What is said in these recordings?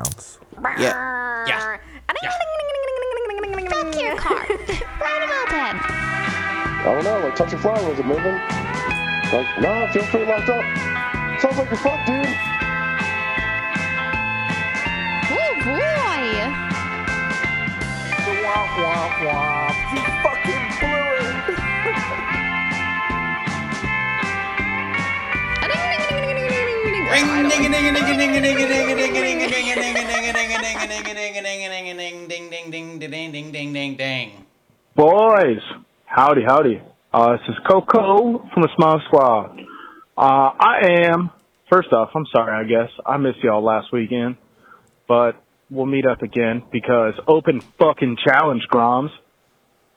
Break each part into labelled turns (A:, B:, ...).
A: sounds.
B: Yeah.
C: Yeah.
D: Fuck your car. right about that.
E: I don't know, like touch a flower, is it moving? Like, nah, I feel pretty locked up. Sounds like you're fucked, dude.
D: Oh boy.
B: He fucking blew it.
C: Ring ding
D: I
C: ding ding ding ding ding ding ding ding ding ding ding ding ding ding ding ding.
F: Boys, howdy, howdy. Uh, this is Coco from the Smile Squad. Uh, I am, first off, I'm sorry, I guess. I missed y'all last weekend, but we'll meet up again because open fucking challenge, Groms.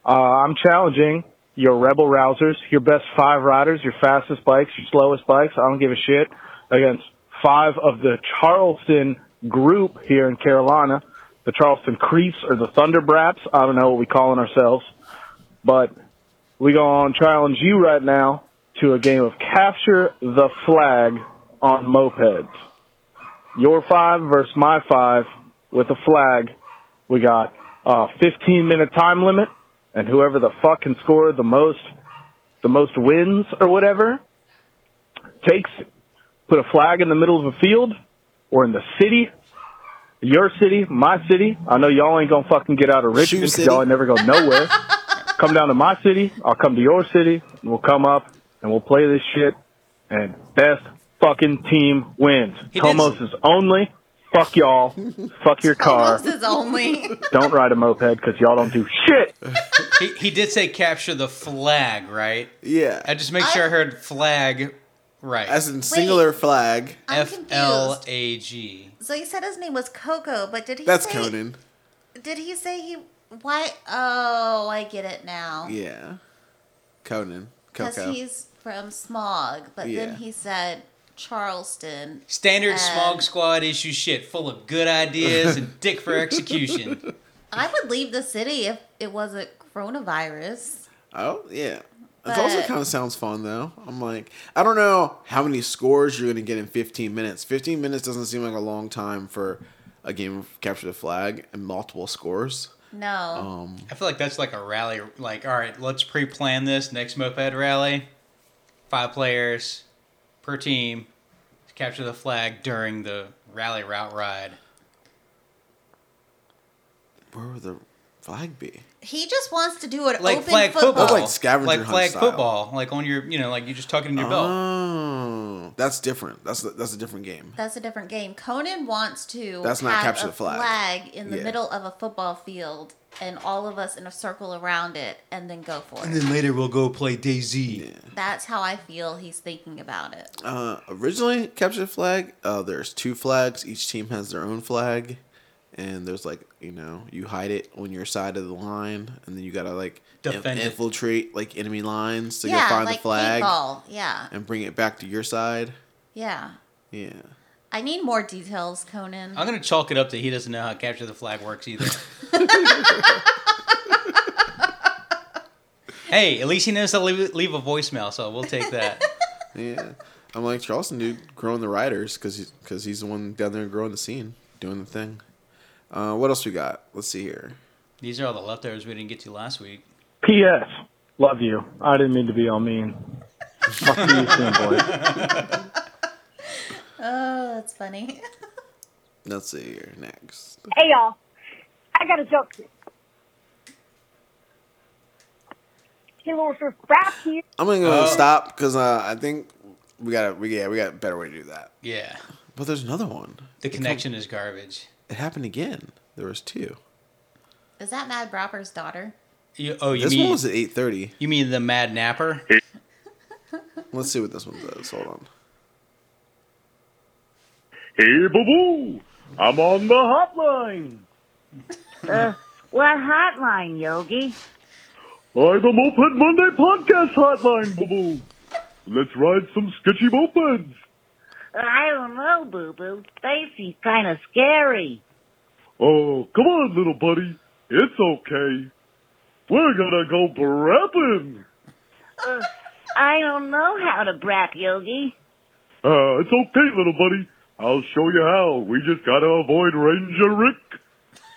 F: Uh, I'm challenging your rebel rousers, your best five riders, your fastest bikes, your slowest bikes. I don't give a shit against five of the Charleston group here in Carolina, the Charleston Creeps or the Thunderbraps. I don't know what we calling ourselves, but we gonna challenge you right now to a game of capture the flag on mopeds. Your five versus my five with a flag. We got a 15 minute time limit and whoever the fuck can score the most the most wins or whatever takes it. Put a flag in the middle of a field or in the city. Your city, my city. I know y'all ain't gonna fucking get out of Richmond because
B: city.
F: y'all ain't never go nowhere. come down to my city, I'll come to your city, and we'll come up and we'll play this shit and best fucking team wins.
C: He did-
F: Tomos is only fuck y'all, fuck your car.
G: This is only.
F: Don't ride a moped because y'all don't do shit.
C: He he did say capture the flag, right? I
B: Yeah.
C: just make sure I heard flag right.
B: As in singular flag.
G: I'm
C: F
G: confused.
C: L A G.
G: So you said his name was Coco, but did he?
B: That's
G: say,
B: Conan.
G: Did he say he? Why? Oh, I get it now.
B: Yeah. Conan.
G: Because
B: Coco.
G: he's from Smog, but
B: Yeah.
G: then he said Charleston.
C: Standard
G: And-
C: smog squad issue shit, full of good ideas and dick for execution.
G: I would leave the city if it wasn't coronavirus.
B: Oh yeah. It
G: But-
B: also kind of sounds fun though. I'm like, I don't know how many scores you're gonna get in 15 minutes. 15 minutes doesn't seem like a long time for a game of capture the flag and multiple scores.
G: No.
B: Um,
C: I feel like that's like a rally. Like, all right, let's pre-plan this next moped rally. Five players per team to capture the flag during the rally route ride.
B: where would the flag be?
G: He just wants to do an
C: Like
G: open
C: flag
G: football.
C: football,
B: Oh, like scavenger
C: like
B: hunt
C: flag
B: style. Ah.
C: football, like on your, you know, like you just tuck it in your belt.
B: Oh, that's different. That's that's a different game.
G: That's a different game. Conan wants to
B: That's not
G: have
B: capture
G: a
B: the flag.
G: in the
B: Yeah.
G: middle of a football field and all of us in a circle around it and then go for it.
C: then later we'll go play DayZ.
G: That's how I feel he's thinking about it.
B: Uh, originally, capture the flag. Uh, there's two flags. Each team has their own flag, and there's like you know you hide it on your side of the line, and then you gotta like in-
C: Defend it.
B: infiltrate like enemy lines to
G: yeah,
B: go find
G: like
B: the flag
G: paintball. Yeah.
B: and bring it back to your side.
G: Yeah.
B: Yeah,
G: I need more details, Conan.
C: I'm gonna chalk it up to he doesn't know how capture the flag works either. hey, at least he knows to leave, leave a voicemail, so we'll take that.
B: yeah. I'm like Charleston, dude, growing the riders because he's because he's the one down there growing the scene, doing the thing. Uh, what else we got? Let's see here.
C: These are all the leftovers we didn't get to last week.
F: P.S. Love you. I didn't mean to be all mean. Fuck you, soon, boys.
G: Oh, that's funny.
B: Let's see here next.
H: Hey y'all, I got a joke. Hey, little sir, rap here.
B: I'm gonna go ahead and stop because uh, I think we got to we yeah we got a better way to do that.
C: Yeah,
B: But there's another one.
C: the connection is garbage.
B: It happened again. There was two.
G: Is that Mad Bropper's daughter?
C: You, oh, you
B: This
C: mean
B: one was at eight thirty.
C: you mean the Mad Napper?
B: Let's see what this one does. Hold on.
I: Hey, boo boo! I'm on the hotline!
H: What hotline, Yogi?
I: I'm the Moped Monday podcast hotline, boo boo! Let's ride some sketchy mopeds!
H: I don't know, Boo Boo. They seem kind of scary.
I: Oh, come on, little buddy. It's okay. We're gonna go brapping!
H: I don't know how to brap, Yogi.
I: Uh, it's okay, little buddy. I'll show you how. We just gotta avoid Ranger Rick.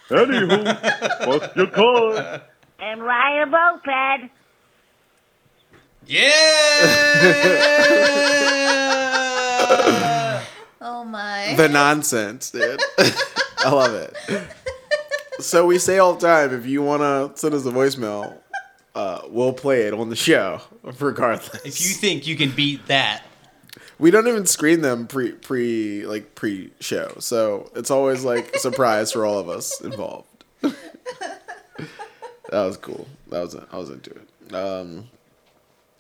I: Anywho, fuck your car.
H: And ride a moped.
C: Yeah.
G: Oh my.
B: the nonsense, dude. I love it. So we say all the time, if you want to send us a voicemail, uh, we'll play it on the show, regardless.
C: if you think you can beat that,
B: we don't even screen them pre pre like pre show, so it's always like a surprise for all of us involved. that was cool. That was I was into it. Um,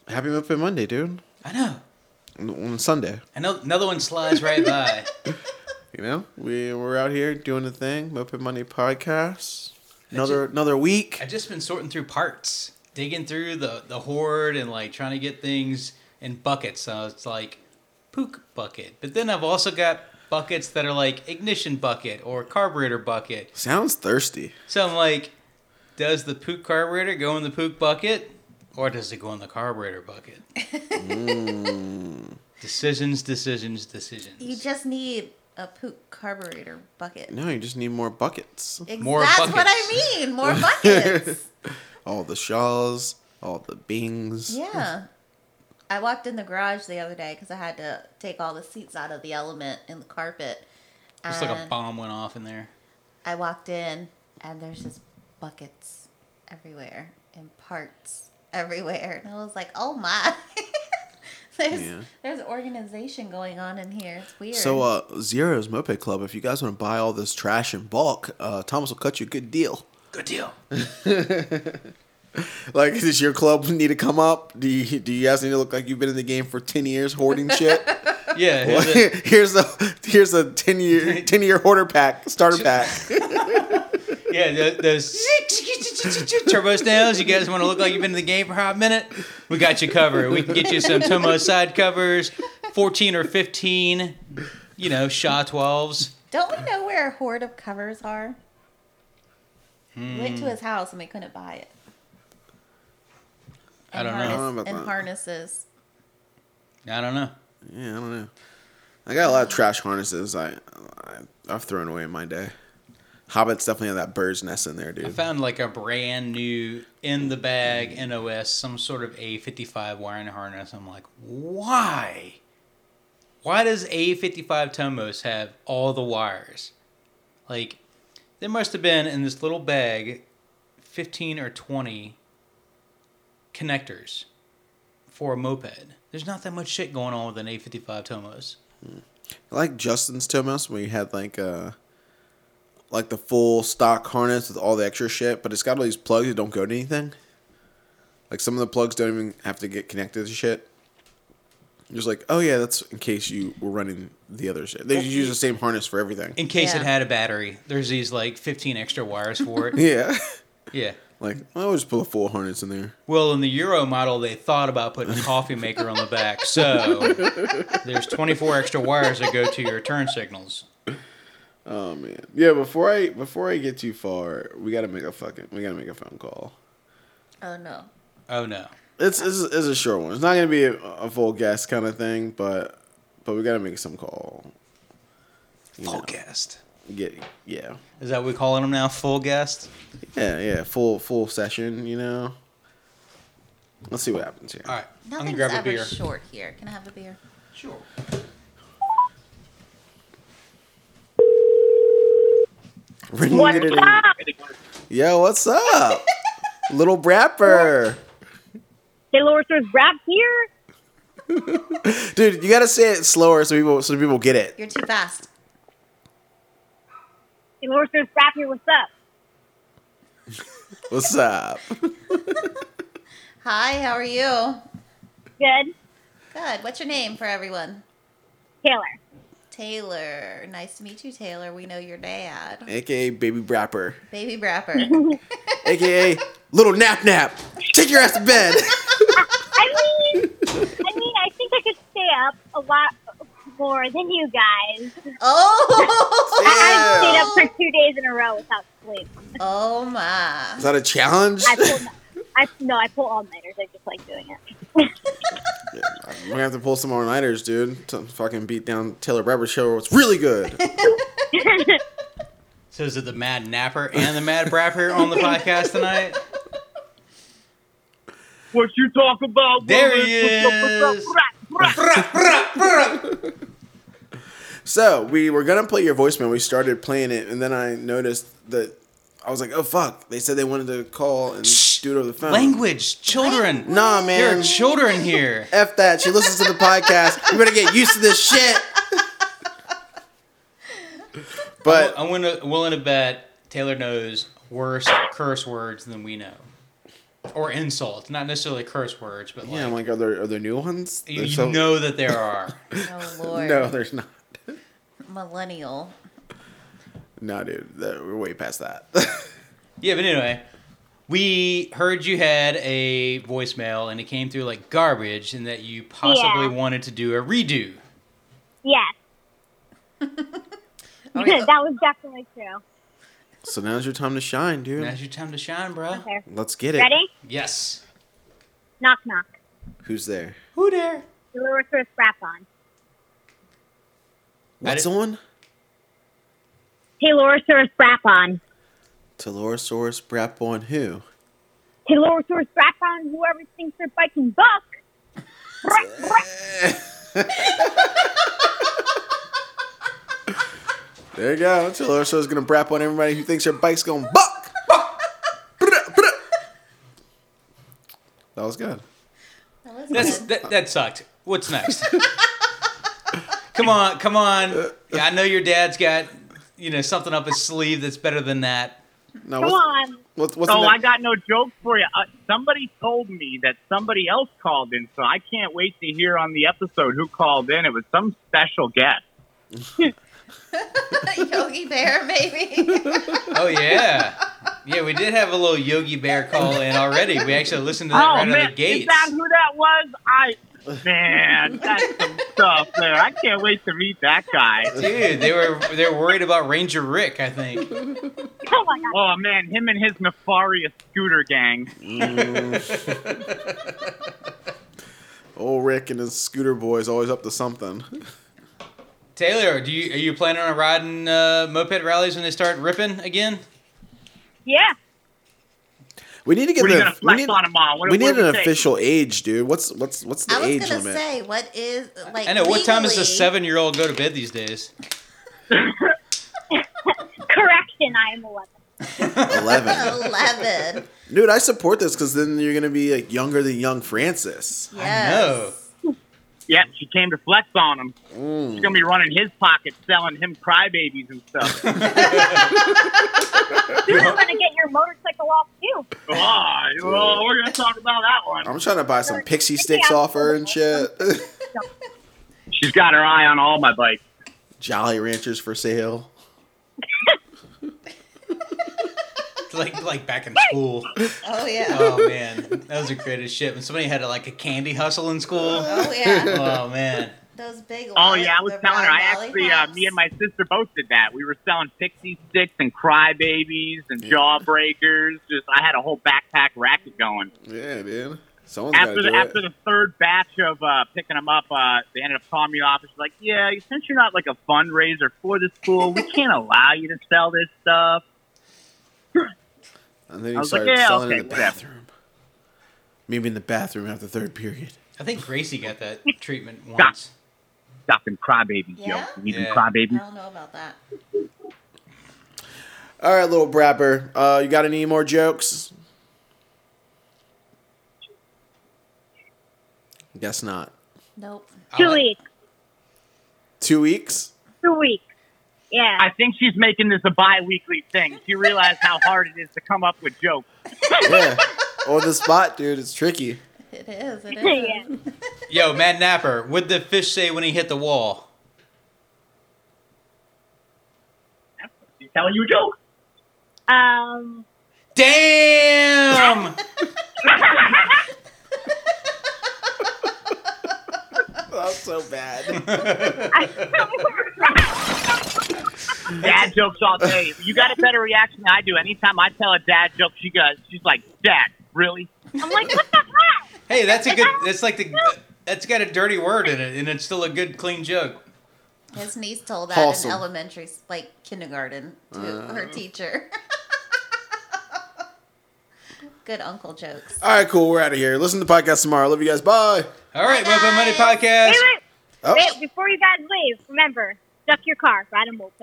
B: happy Muppet Monday, dude.
C: I know.
B: On- On Sunday,
C: I know another one slides right by.
B: you know, we we're out here doing the thing. Muppet Monday podcast. Another another week.
C: I've just been sorting through parts, digging through the the hoard and like trying to get things in buckets. So it's like pook bucket, but then I've also got buckets that are like ignition bucket or carburetor bucket.
B: Sounds thirsty.
C: So I'm like, does the poop carburetor go in the poop bucket, or does it go in the carburetor bucket? Decisions, decisions, decisions.
G: You just need a poop carburetor bucket.
B: No, you just need more buckets.
G: Ex-
C: More
G: That's what
C: buckets.
G: I mean. More buckets.
B: All the shaws, all the bings.
G: yeah. I walked in the garage the other day because I had to take all the seats out of the element in the carpet.
C: Just like a
G: And
C: bomb went off in there.
G: I walked in and there's just buckets everywhere and parts everywhere. And I was like, oh my. there's,
B: Yeah.
G: there's organization going on in here. It's weird.
B: So, uh, Zero's Moped Club, if you guys want to buy all this trash in bulk, uh, Thomas will cut you a good deal.
C: Good deal.
B: Like, does your club need to come up? Do you, do you guys need to look like you've been in the game for 10 years hoarding shit?
C: Yeah. here's a-
B: here's a here's a 10 year 10 year hoarder pack, starter pack.
C: Yeah, tho- those turbo snails. You guys want to look like you've been in the game for a hot minute? We got you covered. We can get you some Tomo side covers, fourteen or fifteen. You know, Shaw twelves.
G: Don't we know where a hoard of covers are? Went
C: Hmm.
G: to his house and we couldn't buy it.
C: I
G: And
C: don't know.
B: I don't know about
G: And
B: that.
G: harnesses.
C: I don't know.
B: Yeah, I don't know. I got a lot of trash harnesses I, I I've thrown away in my day. Hobbits definitely have that bird's nest in there, dude.
C: I found like a brand new in the bag NOS, some sort of A55 wiring harness. I'm like, why? Why does A55 Tomos have all the wires? Like, there must have been in this little bag 15 or 20 connectors for a moped. There's not that much shit going on with an A55 Tomos.
B: I like Justin's Tomos where you had like uh like the full stock harness with all the extra shit, but it's got all these plugs that don't go to anything. Like some of the plugs don't even have to get connected to shit. Just like, oh yeah, that's in case you were running the other shit. They just use the same harness for everything.
C: In case it
G: Yeah.
C: had a battery, there's these like 15 extra wires for it.
B: Yeah.
C: yeah.
B: like, I always put a full harness in there.
C: Well, in the Euro model, they thought about putting a coffee maker on the back, so there's 24 extra wires that go to your turn signals.
B: Oh man. Yeah, before I before I get too far, we gotta make a fucking we gotta make a phone call.
G: Oh no.
C: Oh no!
B: It's it's, it's a short one. It's not gonna be a, a full guest kind of thing, but but we gotta make some call.
C: Full guest.
B: Get yeah
C: Is that what we calling them now? Full guest.
B: yeah yeah full full session. You know. Let's see what happens here.
C: All right, I'm
G: Nothing's
C: gonna grab a
G: ever
C: beer.
G: short here. Can I have a beer?
C: Sure.
B: Ring
H: What's
B: it in.
H: up?
B: Yo, what's up, little brapper?
H: Taylor Swift rap here?
B: Dude, you gotta say it slower so people so people get it.
G: You're too fast.
H: Taylor Swift rap here, what's up?
B: What's up?
G: Hi, how are you?
H: Good.
G: Good. What's your name for everyone?
H: Taylor.
G: Taylor. Nice to meet you, Taylor. We know your dad.
B: AKA baby brapper,
G: Baby Brapper.
B: AKA little nap nap. Take your ass to bed.
H: I mean, I mean, I think I could stay up a lot more than you guys.
G: oh.
H: I stayed up for two days in a row without sleep.
G: Oh my.
B: Is that a challenge?
H: I pull, I, no, I pull all nighters. I just like doing it.
B: We're gonna have to pull some all nighters, dude. To fucking beat down Taylor Bradford show. It's really good.
C: So is it the Mad Napper and the Mad Brapper on the podcast tonight?
I: What you talk about?
C: There
I: woman?
C: he
I: What's up,
C: is.
I: what's up, what's up?
B: so we were gonna play your voicemail. We started playing it, and then I noticed that I was like, "Oh fuck!" They said they wanted to call and do it over the phone.
C: Language, children.
B: Nah,
C: There
B: man.
C: are children here.
B: F that. She listens to the podcast. We're gonna get used to this shit. But
C: I'm willing to, willing to bet Taylor knows worse curse words than we know, or insults. Not necessarily curse words, but like
B: yeah, I'm like, are there are there new ones?
C: oh, you,
B: There's
C: you
B: so-
C: know that there are.
G: Oh lord.
B: no, there's not.
G: Millennial.
B: No, dude, that- we're way past that.
C: yeah, but anyway, we heard you had a voicemail and it came through like garbage, and that you possibly
H: Yeah.
C: wanted to do a redo.
H: Yes,
G: Are we-
H: that was definitely true.
B: so now's your time to shine, dude.
C: Now's your time to shine, bro.
H: Okay.
B: Let's get it.
H: Ready?
C: Yes.
H: Knock knock.
B: Who's there?
C: Who there?
H: Dolores with wrap on.
B: What's
C: did-
B: on?
H: Taylorosaurus wrap on.
B: Telorosaurus Brap on who?
H: Taylorosaurus wrap on. Whoever thinks they're biking buck. Brap, brap.
B: There you go. Telorosaurus gonna brap on everybody who thinks their bike's going buck. buck. Brap, brap. That was good.
G: That was
C: That's,
G: good.
C: that, that sucked. What's next? come on, come on. Yeah, I know your dad's got you know something up his sleeve that's better than that.
B: No,
H: Come
B: what's,
H: on.
B: What's, what's the
A: Oh, I
B: next-
A: got no joke for you. Uh, somebody told me that somebody else called in, so I can't wait to hear on the episode who called in. It was some special guest.
G: Yogi Bear, maybe.
C: Oh yeah, yeah. We did have a little Yogi Bear call in already. We actually listened to that
A: oh
C: right out
A: man,
C: of the gates.
A: is that who that was? I man, that's some stuff there. I can't wait to meet that guy.
C: Dude, they were they were worried about Ranger Rick. I think.
H: Oh my god.
A: Oh man, him and his nefarious scooter gang.
B: Old Rick and his scooter boys always up to something.
C: Taylor, do you are you planning on riding uh, moped rallies when they start ripping again?
H: Yeah.
B: We need to get
A: What are you
B: the
A: gonna
B: we
A: flex
B: need,
A: on him on? What,
B: we
A: what
B: need
A: do
B: an
A: we say?
B: official age, dude. What's what's what's the
G: I was
B: age
G: gonna
B: limit?
G: say, what is like?
C: I know. What time does a
G: legally-
C: seven year old go to bed these days?
H: Correction. I am 11.
B: Eleven.
G: Eleven.
B: Dude, I support this because then you're gonna be like younger than young Francis.
G: Yes.
C: know.
A: Yep, she came to flex on him.
B: Mm.
A: She's gonna be running his pockets, selling him crybabies and stuff.
H: You're gonna get your motorcycle off too.
A: oh, well, we're gonna talk about that one.
B: I'm trying to buy some pixie sticks off her and shit.
A: She's got her eye on all my bikes.
B: Jolly Ranchers for sale.
C: Like like back in school.
G: Oh yeah.
C: Oh man, that was the greatest shit. When somebody had like a candy hustle in school.
G: Oh yeah.
C: Oh man,
G: Those big.
A: Oh
G: white-
A: yeah, I was
G: the
A: telling her. I
G: round
A: actually, uh,
G: lollipops.
A: me and my sister both did that. We were selling pixie sticks and crybabies and jawbreakers. Just, I had a whole backpack racket going.
B: Yeah, dude. Someone's gotta
A: After the
B: do
A: after
B: it.
A: the third batch of uh, picking them up, uh, they ended up calling me off. She's like, "Yeah, since you're not like a fundraiser for the school, we can't allow you to sell this stuff."
B: and then
A: I
B: he
A: was
B: started
A: like, yeah,
B: selling
A: okay,
B: in the
A: whatever.
B: bathroom. Maybe in the bathroom after third period.
C: I think Gracie got that treatment once.
A: Stop them crybabies,
G: Yeah?
A: yo! You need them
C: Yeah.
G: I
A: crybabies.
G: don't know about that.
B: All right, little brapper. Uh, you got any more jokes? Guess not.
G: Nope.
C: I
H: Two
C: like-
H: weeks.
B: Two weeks.
H: Two weeks. Yeah.
A: I think she's making this a bi-weekly thing. She realized how hard it is to come up with jokes.
B: Yeah. On the spot, dude. It's tricky.
G: It is. It is.
H: Yeah.
C: Yo, Matt Napper, what'd the fish say when he hit the wall?
A: She's telling you a joke.
H: Um.
C: Damn!
B: That's so bad.
A: dad jokes all day. You got a better reaction than I do. Anytime I tell a dad joke, she goes, she's like, "Dad, really?"
H: I'm like, what the hell?
C: Hey, that's a good. That's like the. That's got a dirty word in it, and it's still a good, clean joke.
G: His niece told that
B: Wholesome.
G: in elementary, s- like kindergarten, to her
B: Oh.
G: teacher. Good uncle jokes.
B: All right, cool. We're out of here. Listen to the podcast tomorrow. Love you guys. Bye.
C: All right, Moped Money
G: guys.
C: Podcast.
H: Wait, wait,
B: Oh,
H: wait, before you guys leave, remember, duck your car, ride a moped.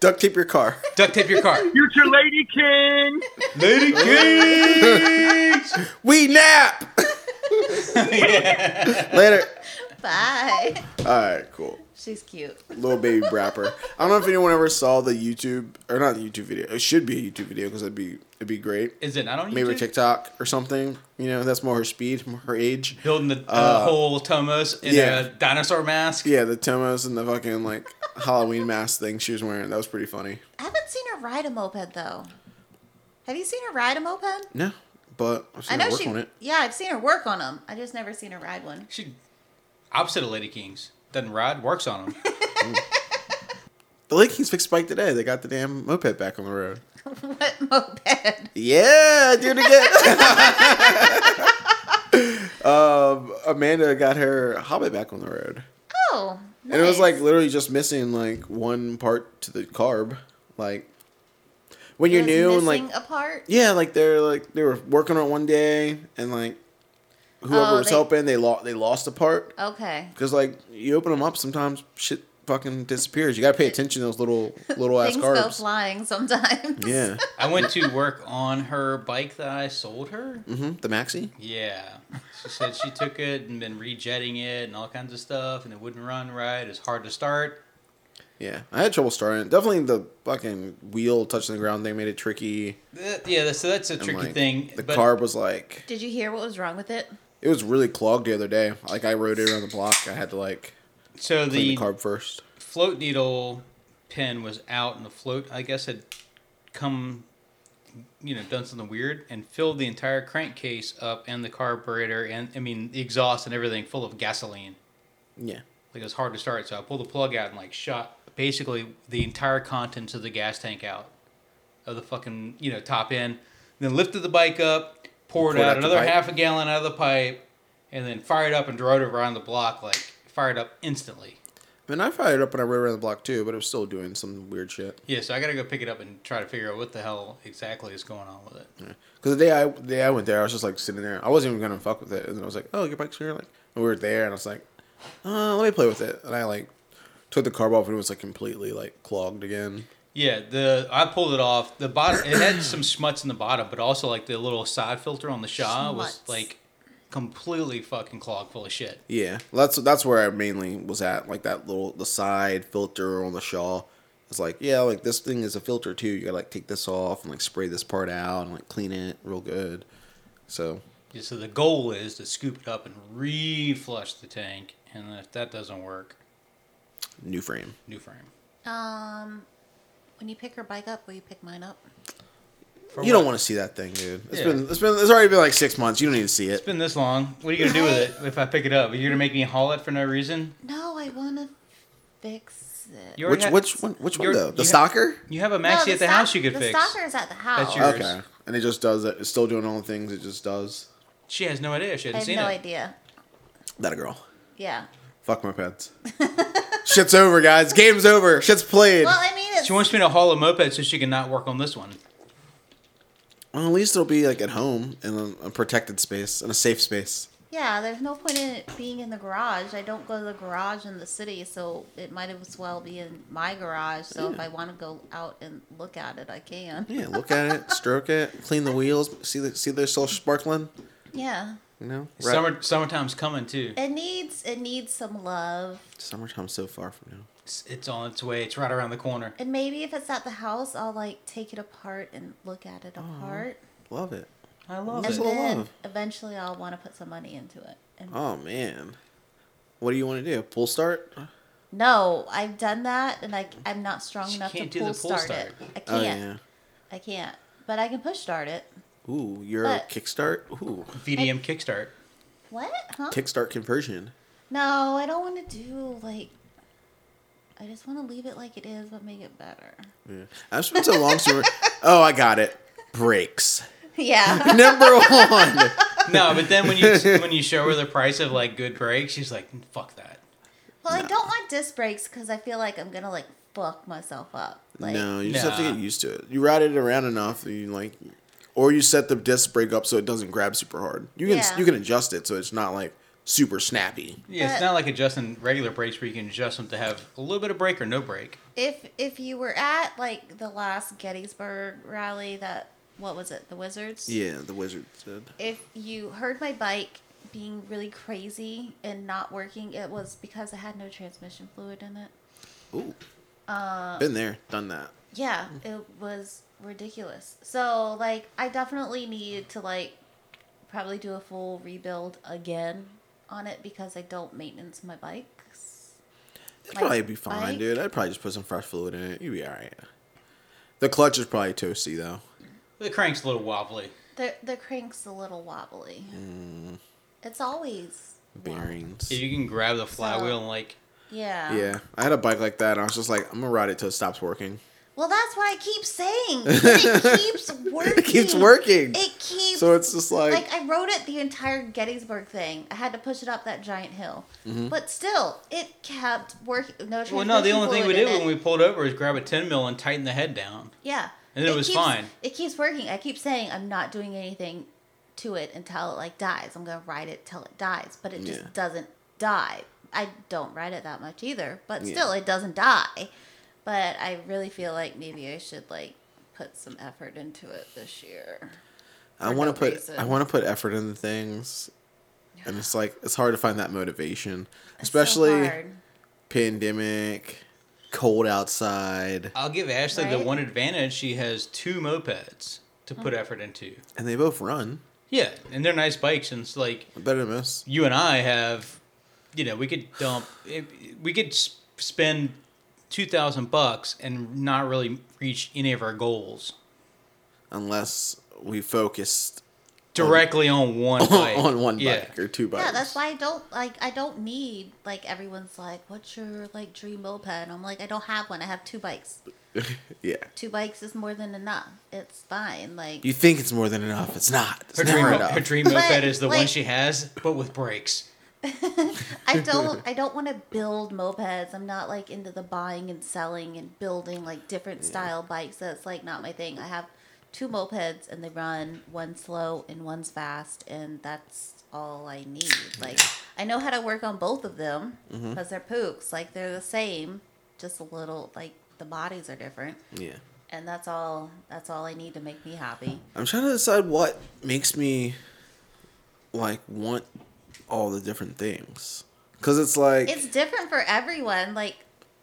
B: duct tape your car.
C: Duct tape your car.
A: Future Lady King.
C: Lady Kings.
B: We nap. Later.
G: Bye.
B: All right, cool.
G: She's cute.
B: Little baby brapper. I don't know if anyone ever saw the YouTube or not the YouTube video. It should be a YouTube video because it'd be it'd be great.
C: Is it not on YouTube?
B: Maybe TikTok or something. You know, that's more her speed, more her age.
C: Building the uh,
B: Uh,
C: whole Tomos in
B: yeah.
C: a dinosaur mask.
B: Yeah, the Tomos and the fucking like Halloween mask thing she was wearing. That was pretty funny.
G: I haven't seen her ride a moped though. Have you seen her ride a moped?
B: No, but I've
G: I
B: seen her
G: know
B: work
G: she.
B: on it.
G: Yeah, I've seen her work on them. I just never seen her ride one.
C: She opposite of Lady Kings. Doesn't ride, works on them.
B: The Lake Kings fixed Spike today. They got the damn moped back on the road.
G: what moped?
B: Yeah, do it again. um, Amanda got her Hobbit back on the road,
G: Oh,
B: and it was
G: nice.
B: like literally just missing like one part to the carb. Like when
G: It
B: you're
G: was
B: new and like
G: missing a part.
B: yeah, like they're like they were working on it one day, and like whoever
G: Oh,
B: was
G: they-
B: helping, they lost they lost a part
G: Okay.
B: because like you open them up, sometimes shit fucking disappears. You gotta pay attention to those little little ass
G: Things go
B: carbs.
G: flying sometimes.
B: Yeah,
C: I went to work on her bike that I sold her.
B: hmm the maxi.
C: Yeah. She said she took it and been rejetting it and all kinds of stuff, and it wouldn't run right. It's hard to start.
B: Yeah, I had trouble starting. it. Definitely the fucking wheel touching the ground thing made it tricky.
C: Th- Yeah, so that's a
B: and,
C: tricky
B: like,
C: thing.
B: The
C: but
B: carb was like
G: Did you hear what was wrong with it?
B: it was really clogged the other day. Like I rode it around the block. I had to like
C: so
B: clean the,
C: the
B: carb first.
C: float needle pin was out, and the float, I guess, had come, you know, done something weird and filled the entire crankcase up and the carburetor and, I mean, the exhaust and everything full of gasoline.
B: Yeah,
C: Like it was hard to start, so I pulled the plug out and like shot basically the entire contents of the gas tank out of the fucking you know top end. Then lifted the bike up, poured,
B: Poured out
C: out,
B: the
C: another
B: pipe.
C: half a gallon out of the pipe, and then fired up and drove it around the block like fired up instantly.
B: I mean I fired it up when I rode around the block too, but it was still doing some weird shit.
C: Yeah, so I gotta go pick it up and try to figure out what the hell exactly is going on with it.
B: Because the day I the day I went there, I was just like sitting there. I wasn't even gonna fuck with it, and then I was like, "Oh, your bike's here." Like and we were there, and I was like, uh, "Let me play with it." And I like took the carb off, and it was like completely like clogged again.
C: Yeah, the I pulled it off. The bottom it had some smuts in the bottom, but also like the little side filter on the Shaw was
G: Smuts.
C: like completely fucking clogged full of shit.
B: Yeah, that's that's where I mainly was at. Like that little the side filter on the Shaw. It's like yeah, like this thing is a filter too. You gotta like take this off and like spray this part out and like clean it real good. So
C: Yeah, So the goal is to scoop it up and reflush the tank, and if that doesn't work,
B: new frame.
C: new frame.
G: Um, when you pick her bike up, will you pick mine up?
C: For
B: you
C: what-
B: don't want to see that thing, dude. It's
C: Yeah.
B: been it's been it's already been like six months. You don't need to see
C: It's
B: it.
C: been this long. What are you gonna do with it if I pick it up? Are you gonna make me haul it for no reason?
G: No, I want to fix it.
C: You already
B: Which
C: had-
B: which one which one
C: you're-
B: though? The
C: you ha-
B: stalker.
C: You have a maxi
G: no,
C: at the
G: stock-
C: house you could
G: the
C: fix.
G: stalker's at the house.
C: yours.
B: Okay, and it just does it. It's still doing all the things it just does.
C: She has no idea. She
G: I
C: hasn't
G: had
C: seen
G: no
C: it.
G: idea.
B: That a girl.
G: Yeah.
B: Fuck my pets. Shit's over, guys. Game's over. Shit's played.
G: Well, I mean, it's,
C: She wants me to haul a moped so she can not work on this one.
B: Well, at least it'll be like at home in a, a protected space, in a safe space.
G: yeah, there's no point in it being in the garage. I don't go to the garage in the city, so it might as well be in my garage. So if I want to go out and look at it, I can.
B: Yeah, look at it, stroke it, clean the wheels, see the see they're still sparkling.
G: Yeah.
B: You know,
C: Summer, summertime's coming too.
G: It nemes it needs some love.
B: Summertime's so far from now.
C: It's, it's on its way. It's right around the corner.
G: And maybe if it's at the house, I'll like take it apart and look at it apart.
B: Love it.
C: I Oh. love
G: And
B: That's
C: it.
B: all
G: then
B: love.
G: eventually I'll want to put some money into it. And
B: Oh man, what do you want to do? Pull start?
G: no, I've done that and I I'm not strong
C: She
G: enough to
C: can't do
G: pull,
C: the pull
G: start, it.
C: start.
G: I can't.
B: Oh yeah.
G: I can't. But I can push start it.
B: Ooh, your
G: But-
B: kickstart. Ooh,
C: VDM kickstart.
G: What? Huh?
B: kickstart conversion.
G: No, I don't want to do like I just want to leave it like it is but make it better.
B: Yeah. I've spent so long. Super- oh, I got it. Brakes.
G: yeah.
B: Number one.
C: No, but then when you when you show her the price of like good brakes, she's like, "Fuck that."
G: Well, I don't want disc brakes because I feel like I'm gonna like fuck myself up. Like,
B: no, you just have to
C: Nah.
B: get used to it. You ride it around enough, that you like, or you set the disc brake up so it doesn't grab super hard. You can
G: Yeah.
B: you can adjust it so it's not like super snappy.
C: Yeah, it's
G: But-
C: not like adjusting regular brakes where you can adjust them to have a little bit of brake or no brake.
G: if if you were at like the last Gettysburg rally, that what was it, the Wizards?
B: Yeah, the wizard said.
G: If you heard my bike being really crazy and not working, it was because it had no transmission fluid in it.
B: Ooh,
G: Uh,
B: been there, done that.
G: Yeah, it was ridiculous. So like, I definitely need to like probably do a full rebuild again on it because I don't maintenance my bikes.
B: It'd
G: Like,
B: probably be fine,
G: bike?
B: dude. I'd probably just put some fresh fluid in it. You'd be all right. The clutch is probably toasty though.
C: The crank's a little wobbly.
G: The the crank's a little wobbly. Hmm. It's always
B: Bearings.
C: If you can grab the flywheel and like,
G: yeah.
B: Yeah, I had a bike like that. And I was just like, I'm gonna ride it till it stops working.
G: Well, that's what I keep saying. but It keeps working.
B: It keeps working.
G: It keeps.
B: so it's just like,
G: like I rode it the entire Gettysburg thing. I had to push it up that giant hill,
B: Mm-hmm.
G: but still, it kept working. No,
C: well, no, the
G: transmission
C: only thing we
G: fluid in
C: did
G: it.
C: when we pulled over is grab a ten mil and tighten the head down.
G: yeah,
C: And it was
G: keeps-
C: fine.
G: It keeps working. I keep saying I'm not doing anything to it until it like dies. I'm gonna ride it till it dies, but it just
B: Yeah.
G: doesn't die. I don't ride it that much either, but
B: Yeah.
G: still, it doesn't die. But I really feel like maybe I should like put some effort into it this year.
B: I
G: for
B: want
G: no
B: to put
G: reason.
B: I want to put effort into things, and it's like it's hard to find that motivation, especially
G: so hard.
B: pandemic, cold outside,
C: I'll give Ashley the
G: Right?
C: one advantage: she has two mopeds to put effort into.
B: and they both run
C: Yeah, and they're nice bikes, and it's like
B: better than most.
C: you and I have, you know, we could dump, if- we could s- spend two thousand bucks and not really reach any of our goals
B: Unless we focused
C: directly on one bike.
B: on one
C: yeah.
B: bike or two bikes.
G: Yeah, that's why I don't like. I don't need like everyone's like, "What's your like dream moped?" And I'm like, I don't have one. I have two bikes.
B: Yeah.
G: Two bikes is more than enough. It's fine. Like
B: You think it's more than enough? It's not. It's
C: Her dream,
B: never
C: mo-
B: enough.
C: her dream
G: But,
C: moped is the one
G: like-
C: she has, but with brakes.
G: I don't I don't want to build mopeds. I'm not like into the buying and selling and building like different style bikes. That's like not my thing. I have two mopeds and they run one slow and one's fast and that's all I need. Like I know how to work on both of them because they're pooks. Like they're the same, just a little like the bodies are different.
B: yeah.
G: And that's all that's all I need to make me happy.
B: I'm trying to decide what makes me like want all the different things because it's like
G: it's different for everyone. Like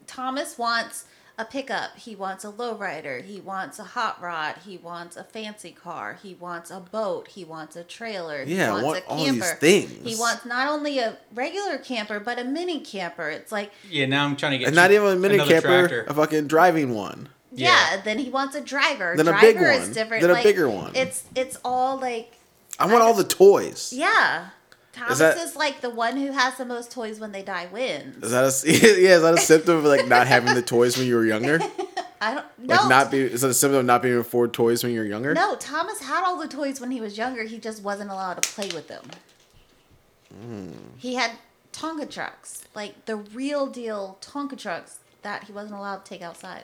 G: Thomas wants a pickup, he wants a lowrider, he wants a hot rod, he wants a fancy car, he wants a boat, he wants a trailer, he
B: Yeah, I
G: wants
B: want
G: a
B: all
G: camper.
B: these things.
G: He wants not only a regular camper but a mini camper. It's like
C: Yeah, now I'm trying to get
B: and not
C: you
B: even a mini
C: another
B: camper,
C: tractor.
B: a fucking driving one.
G: yeah, then he wants a driver.
B: Then a
G: driver
B: big
G: is
B: one,
G: different.
B: then a
G: like,
B: bigger one.
G: It's it's all like
B: I want all the toys.
G: yeah. Thomas is
B: that-
G: like the one who has the most toys when they die wins.
B: Is that a yeah? Is that a symptom of like not having the toys when you were younger? Like
G: I don't no
B: not be is that a symptom of not being able to afford toys when you're younger?
G: No, Thomas had all the toys when he was younger. He just wasn't allowed to play with them.
B: Hmm.
G: He had Tonka trucks, like the real deal Tonka trucks that he wasn't allowed to take outside.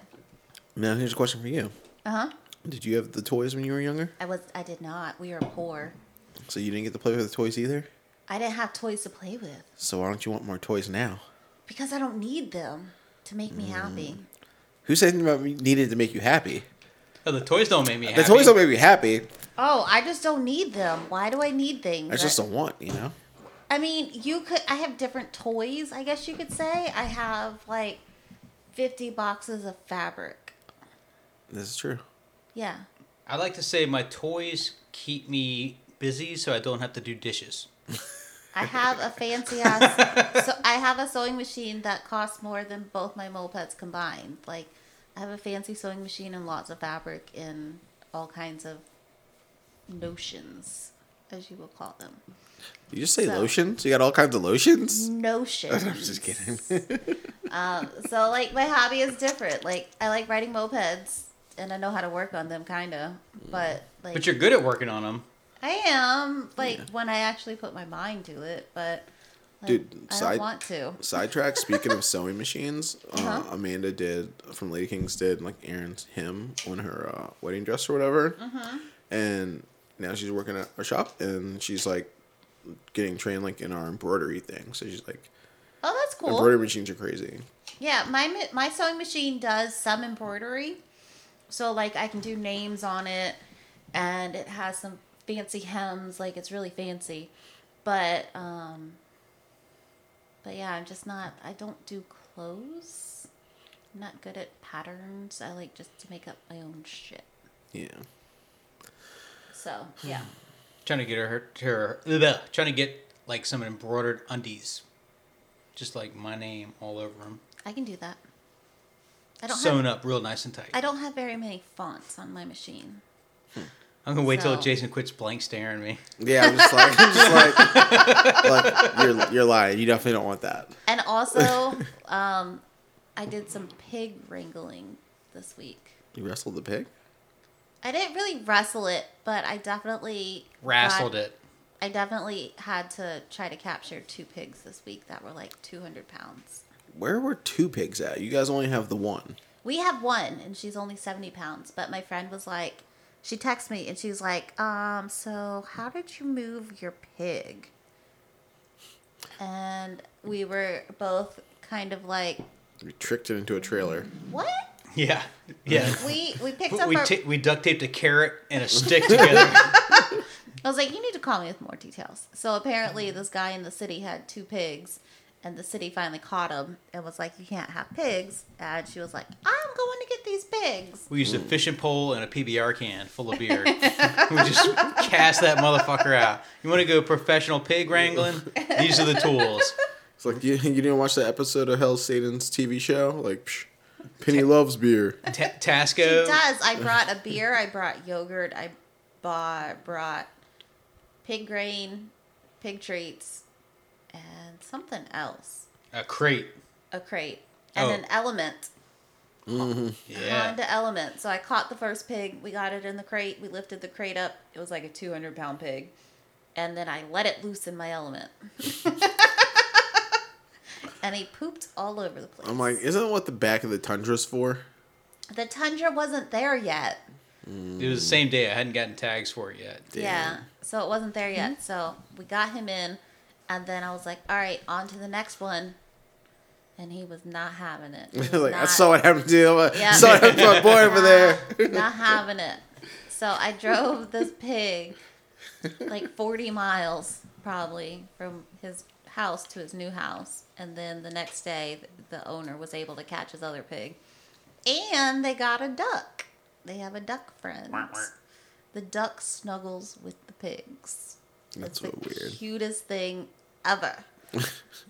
B: Now here's a question for you:
G: Uh huh.
B: Did you have the toys when you were younger?
G: I was. I did not. We were poor.
B: So you didn't get to play with the toys either.
G: I didn't have toys to play with
B: So why don't you want more toys now?
G: because I don't need them to make me happy.
B: Hmm. Who said anything about me needed to make you happy?
C: Oh, the toys don't make me happy.
B: The toys don't make me happy.
G: Oh, I just don't need them. Why do I need things?
B: I just
G: I-
B: don't want, you know.
G: I mean, you could. I have different toys. I guess you could say I have like fifty boxes of fabric.
B: This is true.
G: Yeah.
C: I like to say my toys keep me busy, so I don't have to do dishes.
G: I have a fancy ass. so I have a sewing machine that costs more than both my mopeds combined. Like, I have a fancy sewing machine and lots of fabric and all kinds of notions, as you will call them.
B: You just say
G: So- Mm.
B: lotions. You got all kinds of lotions.
G: Notions.
B: I'm just kidding.
G: Um, so like my hobby is different. Like I like
B: Mm.
G: riding mopeds and I know how to work on them, kind of. But like
C: But you're good at working on them.
G: I am like when I actually put my mind to it, but like,
B: Dude,
G: I
B: side-
G: don't want to.
B: Sidetrack. Speaking of sewing machines, uh,
G: Uh-huh.
B: Amanda did from Lady Kings did like Aaron's hem on her uh, wedding dress or whatever,
G: Mm-hmm.
B: and now she's working at a shop and she's like getting trained like in our embroidery thing. So she's like,
G: Oh, that's cool.
B: embroidery machines are crazy.
G: Yeah, my ma- my sewing machine does some embroidery, so like I can do names on it, and it has some fancy hems. Like it's really fancy, but um, but yeah, I'm just not. I don't do clothes. I'm not good at patterns. I like just to make up my own shit.
B: Yeah,
G: So yeah,
C: Trying to get her, her, her trying to get like some embroidered undies, just like my name all over them,
G: I can do that. I don't
C: sewn
G: have
C: up real nice and tight.
G: I don't have very many fonts on my machine.
C: I'm gonna wait till
G: So-
C: Jason quits blank staring at me.
B: yeah. I'm just like, I'm just like, like you're you're lying. You definitely don't want that.
G: And also, um, I did some pig wrangling this week.
B: You wrestled the pig.
G: I didn't really wrestle it, but I definitely
C: Rassled
G: got-
C: it.
G: I definitely had to try to capture two pigs this week that were like 200 pounds.
B: Where were two pigs at? You guys only have the one.
G: We have one, and she's only 70 pounds. But my friend was like, she texted me, and she was like, um, so how did you move your pig? And we were both kind of like,
B: You tricked it into a trailer.
G: what?
C: Yeah, yeah.
G: We we picked
C: we
G: up
C: we,
G: our.
C: ta- we duct taped a carrot and a stick together.
G: I was like, you need to call me with more details. So apparently, this guy in the city had two pigs, and the city finally caught him and was like, you can't have pigs. And she was like, I'm going to get these pigs.
C: We used a fishing pole and a PBR can full of beer. we just cast that motherfucker out. You want to go professional pig wrangling? These are the tools.
B: It's like you, you didn't watch that episode of Hell Satan's TV show. Like, psh, Penny loves beer.
C: Ta
G: She
C: Tasco.
G: does. I brought a beer. I brought yogurt. I bought, brought pig grain, pig treats, and something else.
C: A crate.
G: A crate and
C: Oh.
G: an element.
C: Yeah.
G: Honda Element. So I caught the first pig. We got it in the crate. We lifted the crate up. It was like a 200 pound pig. And then I let it loose in my element. and he pooped all over the place.
B: I'm like, isn't that what the back of the tundra's for?
G: the tundra wasn't there yet.
C: It was the same day. I hadn't gotten tags for it yet.
G: Yeah. So it wasn't there yet. So we got him in. And then I was like, all right, on to the next one. And he was not having it. He
B: like,
G: was
B: I
G: not-
B: saw what happened to him. I
G: Yeah.
B: saw what happened to my boy over there.
G: Nah, Not having it. So I drove this pig like 40 miles probably from his house to his new house. And then the next day, the owner was able to catch his other pig. And they got a duck. They have a duck friend. The duck snuggles with the pigs.
B: That's
G: It's the
B: so weird.
G: cutest thing ever.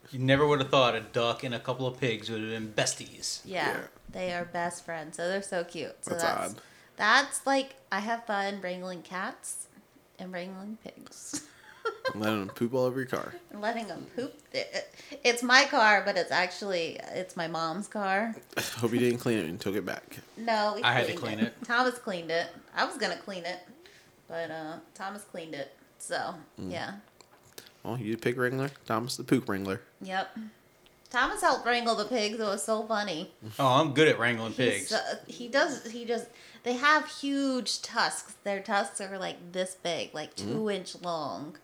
C: You never would have thought a duck and a couple of pigs would have been besties.
G: Yeah,
B: Yeah.
G: they are best friends, so they're so cute. So
B: That's
G: that's, that's
B: odd.
G: like I have fun wrangling cats and wrangling pigs,
B: I'm letting him poop all over your car.
G: and letting them poop. It- it- It's my car, but it's actually it's my mom's car.
B: Hope you didn't clean it and took it back.
G: No, we
C: I had to
G: cleaned
C: clean
G: Thomas cleaned it. I was gonna clean it, but uh, Thomas cleaned it. So
B: Mm.
G: yeah,
B: Oh, you the pig wrangler? Thomas the poop wrangler.
G: yep. Thomas helped wrangle the pigs. It was so funny.
C: Oh, I'm good at wrangling
G: He's
C: pigs.
G: so- he does. He just. They have huge tusks. Their tusks are like this big, like
B: Hmm?
G: 2 inch long.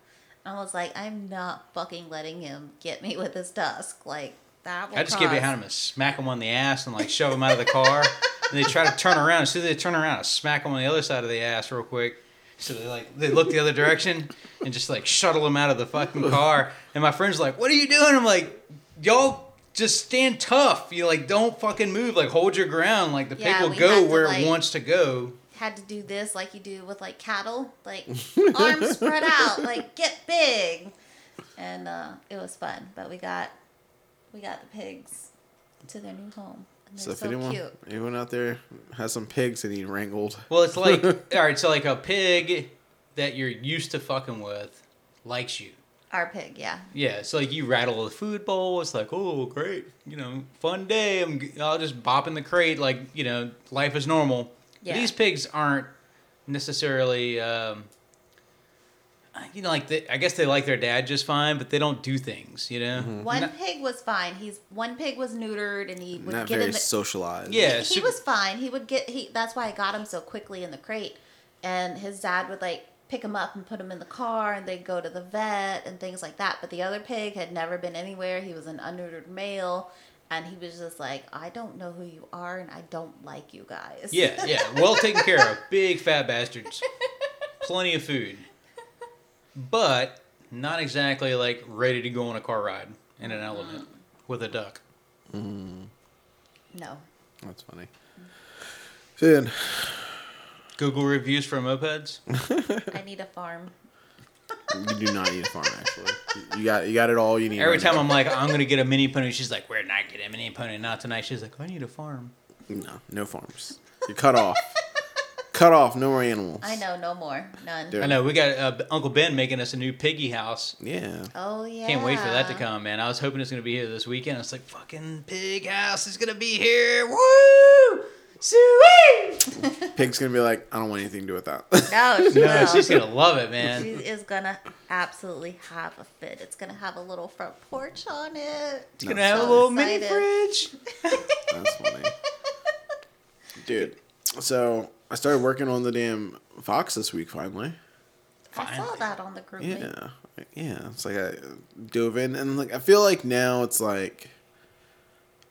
G: I was like, I'm not fucking letting him get me with his tusk. Like that. Will
C: I just
G: cause...
C: get behind him and smack him on the ass and like shove him out of the car. and they try to turn around. As soon as they turn around, I smack him on the other side of the ass real quick. So they like they look the other direction and just like shuttle him out of the fucking car. And my friend's like, "What are you doing?" I'm like, "Y'all just stand tough. You like don't fucking move. Like hold your ground. Like the
G: Yeah,
C: pig will
G: we had
C: go
G: to,
C: where
G: like-
C: it wants to go."
G: Had to do this like you do with like cattle, like arms spread out, like get big. And uh, it was fun, but we got we got the pigs to their new home. And they're
B: So
G: so,
B: if anyone
G: cute.
B: anyone out there has some pigs that he wrangled,
C: Well, it's like all right. So like a pig that you're used to fucking with likes you.
G: Our pig, yeah.
B: Mm-hmm.
C: Yeah, so like you rattle the food bowl. It's like, oh, great, you know, fun day. I'm, g- I'll just bop in the crate, like you know, life is normal.
G: Yeah.
C: These pigs aren't necessarily um, you know, like they, I guess they like their dad just fine, but they don't do things, you know.
G: One
C: Not-
G: pig was fine. He's one pig was neutered, and he would
B: Not
G: get
B: very
G: in the.
B: socialized.
C: Yeah.
G: he
C: super-
G: was fine. He would get he. That's why I got him so quickly in the crate, and his dad would like pick him up and put him in the car, and they'd go to the vet and things like that. But the other pig had never been anywhere. He was an unneutered male, and he was just like, I don't know who you are, and I don't like you guys.
C: Yeah, yeah, well taken care of. Big fat bastards. Plenty of food. But not exactly like ready to go on a car ride in an element with a duck.
G: No.
B: That's funny. Dude,
C: Google reviews for mopeds.
G: I need a farm.
B: you do not need a farm. Actually, you got you got it all you need.
C: Every
B: right
C: time I'm like, I'm gonna get a mini pony, she's like, We're not getting a mini pony, not tonight. She's like, I need a farm.
B: now. no, no farms. You're cut off. cut off. No more animals.
G: I know, no more, none.
B: Dude.
C: I know we got uh, Uncle Ben making us a new piggy house.
B: Yeah.
G: Oh yeah.
C: Can't wait for that to come, man. I was hoping it's gonna be here this weekend. It's like fucking pig house is gonna be here. Woo! Sweet!
B: Pig's gonna be like, I don't want anything to do with that.
G: No, she
C: No,
G: will.
C: she's gonna love it,
G: She
C: man.
G: is gonna absolutely have a fit. It's gonna have a little front porch on it.
C: She's gonna have a
G: so
C: little mini
G: excited.
C: fridge.
B: That's funny, dude. So I started working on the damn fox this week. Finally.
G: I saw that on the group. Yeah.
B: Yeah, yeah. It's like I dove in, and like I feel like now it's like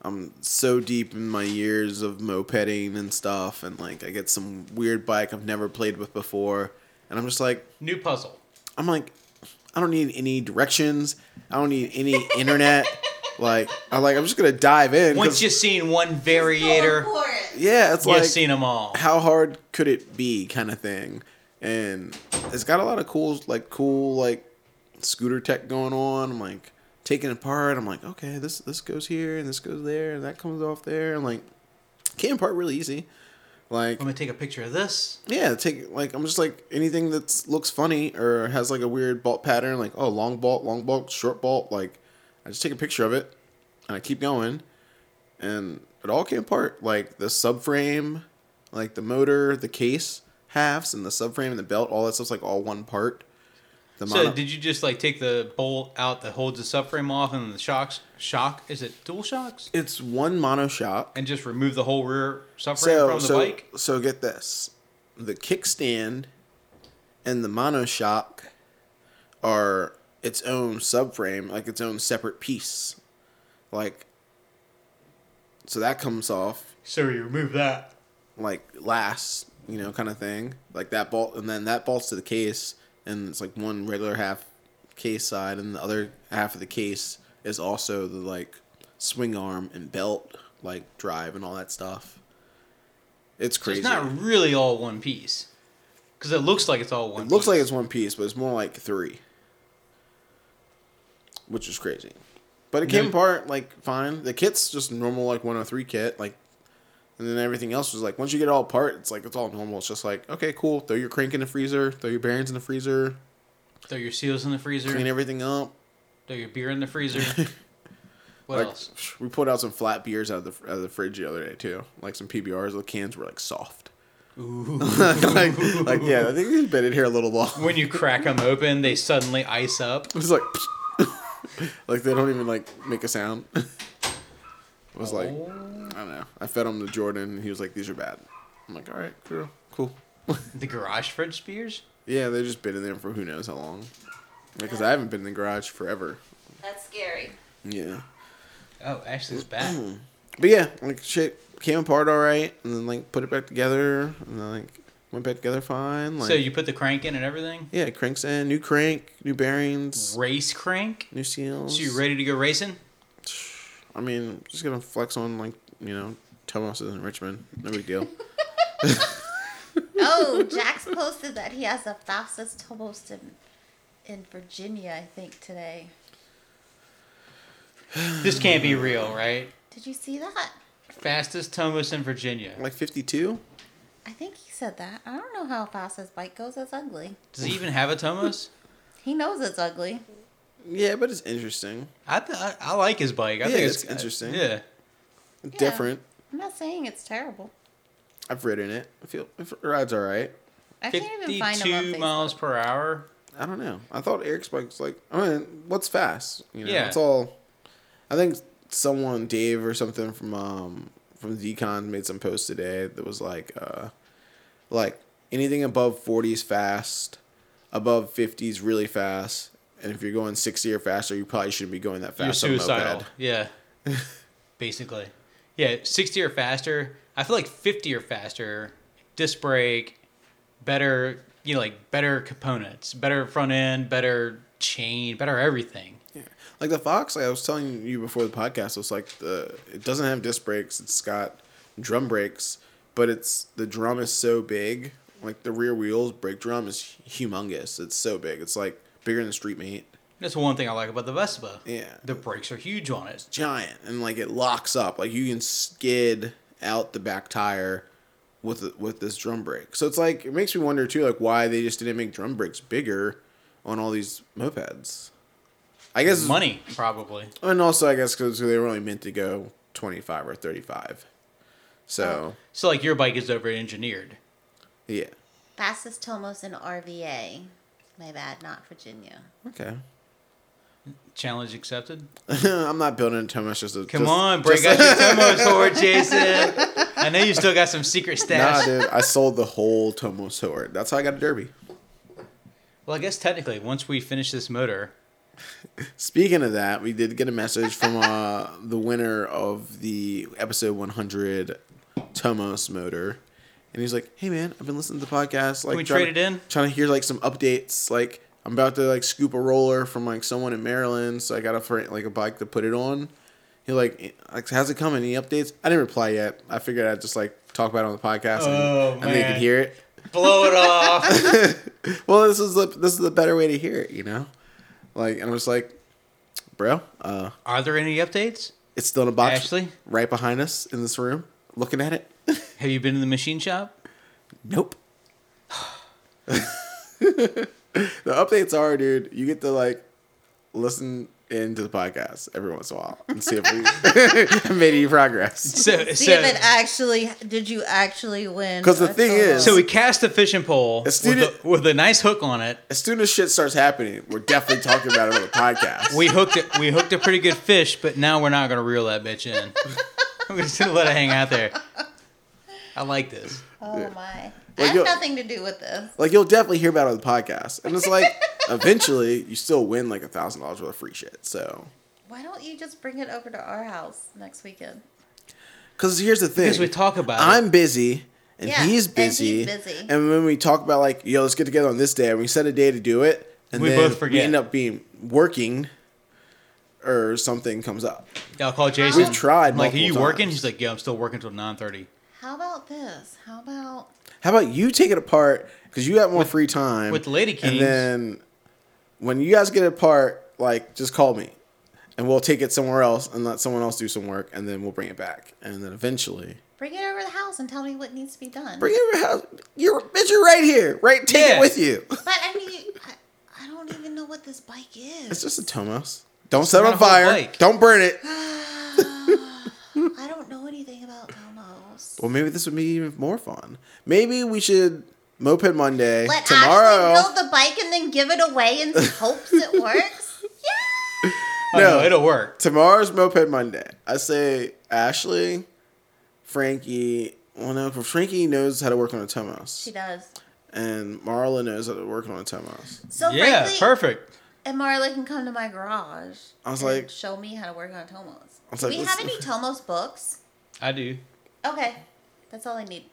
B: I'm so deep in my years of mopeding and stuff, and like I get some weird bike I've never played with before, and I'm just like,
C: New puzzle.
B: I'm like, I don't need any directions. I don't need any internet. Like I'm like I'm just gonna dive in. 'cause-
C: Once you've seen one variator,
G: For it.
B: yeah, it's
C: you've
B: like
C: seen them all.
B: how hard could it be kind of thing and it's got a lot of cool like cool like scooter tech going on i'm like taking it apart i'm like okay this this goes here and this goes there and that comes off there and like can part really easy like
C: Let me take a picture of this.
B: yeah take like i'm just like anything that's looks funny or has like a weird bolt pattern like oh long bolt long bolt short bolt like i just take a picture of it and i keep going and it all came apart like the subframe like the motor the case halves and the subframe and the belt all that stuff's like all one part the
C: So did you just like take the bolt out that holds the subframe off and the shocks shock is it dual shocks?
B: it's one mono shock
C: And just remove the whole rear subframe
B: so
C: from the
B: so
C: bike?
B: so get this the kickstand and the monoshock are its own subframe like its own separate piece like so that comes off
C: So you remove that.
B: like last you know kind of thing like that bolt and then that bolts to the case and it's like one regular half case side and the other half of the case is also the like swing arm and belt like drive and all that stuff it's
C: So
B: crazy
C: it's not really all one piece. Because it looks like it's all one
B: It looks
C: piece.
B: like it's one piece, but it's more like three, which is crazy. But it came
C: No-
B: apart like fine. The kit's just normal like 103 kit, like, and then everything else was like once you get it all apart, it's like it's all normal. It's just like okay, cool. Throw your crank in the freezer, throw your bearings in the freezer,
C: Throw your seals in the freezer.
B: clean everything up.
C: Throw your beer in the freezer. what
B: like
C: else?
B: we pulled out some flat beers out of the out of the fridge the other day too. Like some PBRs, the cans were like soft. like, like yeah, I think they've been in here a little long.
C: When you crack them open, they suddenly ice up.
B: It's like, like they don't even like make a sound. it was like,
C: Oh.
B: I don't know. I fed him to Jordan, and he was like, "These are bad." I'm like, "All right, cool, cool."
C: The garage fridge spears?
B: Yeah, they've just been in there for who knows how long. Because I haven't been in the garage forever.
G: That's scary.
B: Yeah,
C: Oh, Ashley's back.
B: Mm-hmm. but yeah, like shit came apart all right, and then like put it back together, and then like went back together fine. Like,
C: so you put the crank in and everything?
B: yeah, cranks in, new crank, new bearings,
C: Race crank?
B: new seals.
C: So you ready to go racing?
B: I mean, just gonna flex on like you know, Thomas is in Richmond. No big deal.
G: Oh, Jax posted that he has the fastest almost in in Virginia, I think today.
C: This can't be real, right?
G: Did you see that?
C: Fastest Tomos in Virginia.
B: like 52
G: I think he said that. I don't know how fast his bike goes. It's ugly.
C: Does he even have a Tomos?
G: He knows it's ugly.
B: yeah but it's interesting
C: I, th- I I like his bike. I
B: Yeah,
C: think
B: it's
C: it's, uh,
B: interesting.
C: Yeah.
B: different
G: I'm not saying it's terrible.
B: i've ridden it i feel it rides all right
G: I can't even find him on
C: 52
G: Facebook.
C: miles per hour.
B: I don't know. I thought Eric Spike's like, I mean, what's fast? You know,
C: Yeah.
B: it's all. I think someone, Dave or something from um from Decon, made some post today that was like, uh, like anything above forty is fast, above fifty is really fast, and if you're going sixty or faster, you probably shouldn't be going that
C: You're
B: fast. on a
C: suicidal.
B: moped.
C: Yeah. Basically. Yeah, 60 or faster. I feel like 50 or faster, disc brake, better, you know, like better components, better front end, better chain, better everything.
B: Like the Fox, like I was telling you before the podcast, it was like the it doesn't have disc brakes. It's got drum brakes, but it's the drum is so big. Like the rear wheels brake drum is humongous. It's so big. It's like bigger than Street Meat.
C: That's one thing I like about the Vespa.
B: Yeah.
C: The brakes are huge on it.
B: Giant and like it locks up. Like you can skid out the back tire with with this drum brake. So it's like it makes me wonder too, like why they just didn't make drum brakes bigger on all these mopeds. I guess it's-
C: Money, probably.
B: And also, I guess because they were only meant to go 25 or 35. So,
C: So, like, your bike is over engineered.
B: yeah.
G: Fastest Tomos in RVA. My bad, not Virginia.
B: Okay.
C: Challenge accepted.
B: I'm not building it too much. Just a,
C: Come
B: just-
C: on, break out your Tomos sword, Jason. I know you still got some secret
B: Nah,
C: stash.
B: dude. I sold the whole Tomo sword. That's how I got a derby.
C: well, I guess technically, once we finish this motor,
B: Speaking of that, we did get a message from uh, the winner of the episode 100 Tomos motor. And he's like, hey, man, I've been listening to the podcast. Like,
C: we
B: trying
C: trade
B: to-
C: it in?
B: Trying to hear like some updates. Like, I'm about to like scoop a roller from like someone in Maryland. So I got a fr- like a bike to put it on. He like, like how's it coming? Any updates? I didn't reply yet. I figured I'd just like talk about it on the podcast and,
C: Oh,
B: and they could
C: man.
B: hear it.
C: blow it off.
B: Well, this is the this is the better way to hear it, you know. Like, and I'm just like, bro, uh,
C: Are there any updates?
B: It's still in a box
C: Ashley?
B: right behind us in this room, looking at it.
C: Have you been to the machine shop?
B: nope. the updates are, dude, you get to like listen into the podcast every once in a while and see if we made any progress.
C: So,
G: See
C: so,
G: if it actually did you actually win?
B: 'Cause the
G: a
B: thing
G: Tomos?
B: is-
C: so we cast a fishing pole
B: A
C: with a,
B: student-
C: with a nice hook on it.
B: As soon as shit starts happening, we're definitely talking about it on the podcast.
C: We hooked it. We hooked a pretty good fish, but now we're not gonna reel that bitch in. We're just gonna let it hang out there. I like this.
G: oh my,
B: Well,
G: I have
B: you'll-
G: nothing to do with this.
B: like you'll definitely hear about it on the podcast, and it's like eventually you still win like a thousand dollars worth of free shit. So,
G: Why don't you just bring it over to our house next weekend?
B: because here's the thing:
C: Because we talk about it.
B: I'm busy and
G: Yeah,
B: he's
G: and
B: busy.
G: he's busy.
B: And when we talk about like, yo, let's get together on this day, and we set a day to do it, and
C: We
B: then
C: both forget.
B: we end up being working or something comes up.
C: I'll call Jason.
B: We've tried
C: I'm like, are
B: multiple
C: you working?
B: times.
C: He's like, yeah, I'm still working till nine thirty.
G: How about this? How about
B: How about you take it apart because you have more free time
C: with the Lady Kings.
B: And then when you guys get it apart, like just call me, and we'll take it somewhere else and let someone else do some work, and then we'll bring it back, and then eventually
G: bring it over to the house and tell me what needs to be done?
B: bring it. over house. You're bitch, you're right here, right? Take
C: Yeah.
B: it with you.
G: but I mean, I, I don't even know what this bike is.
B: It's just a Tomos. Don't set it
C: not
B: on
C: a whole
B: fire.
C: bike.
B: Don't burn it.
G: I don't know anything about Tomos.
B: Well, maybe this would be even more fun. Maybe we should moped Monday
G: Let
B: tomorrow.
G: Ashley build the bike and then give it away in hopes it works.
C: Oh,
B: No.
C: no, it'll work.
B: Tomorrow's moped Monday. I say Ashley, Frankie. Well, no, Frankie knows how to work on a Tomos,
G: She does.
B: and Marla knows how to work on a Tomos.
G: So
C: yeah,
G: frankly,
C: perfect.
G: And Marla can come to my garage.
B: I was
G: and
B: like-
G: show me how to work on Tomos.
B: was
G: Do
B: like,
G: we
B: let's-
G: have any Tomos books?
C: I do.
G: Okay, that's all I need.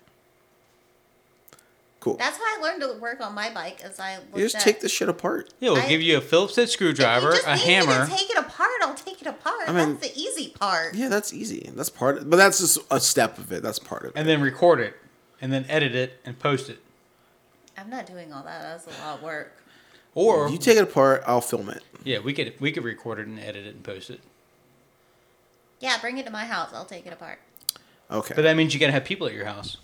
B: Cool.
G: That's how I learned to work on my bike. As I looked
B: you just
G: at,
B: take this shit apart.
C: Yeah, we'll
G: I-
C: give you a Phillips head
G: If you
C: screwdriver,
G: just
C: a
G: need me
C: hammer.
G: To take it apart. I'll take it apart.
B: I mean-
G: that's the easy part.
B: Yeah, that's easy. That's part. Of, but that's just a step of it. That's part of it.
C: and then record it, and then edit it and post it.
G: I'm not doing all that. That's a lot of work.
C: Or
B: You take it apart. I'll film it.
C: yeah, we could we could record it and edit it and post it.
G: Yeah, bring it to my house. I'll take it apart.
B: Okay.
C: But that means you gotta have people at your house.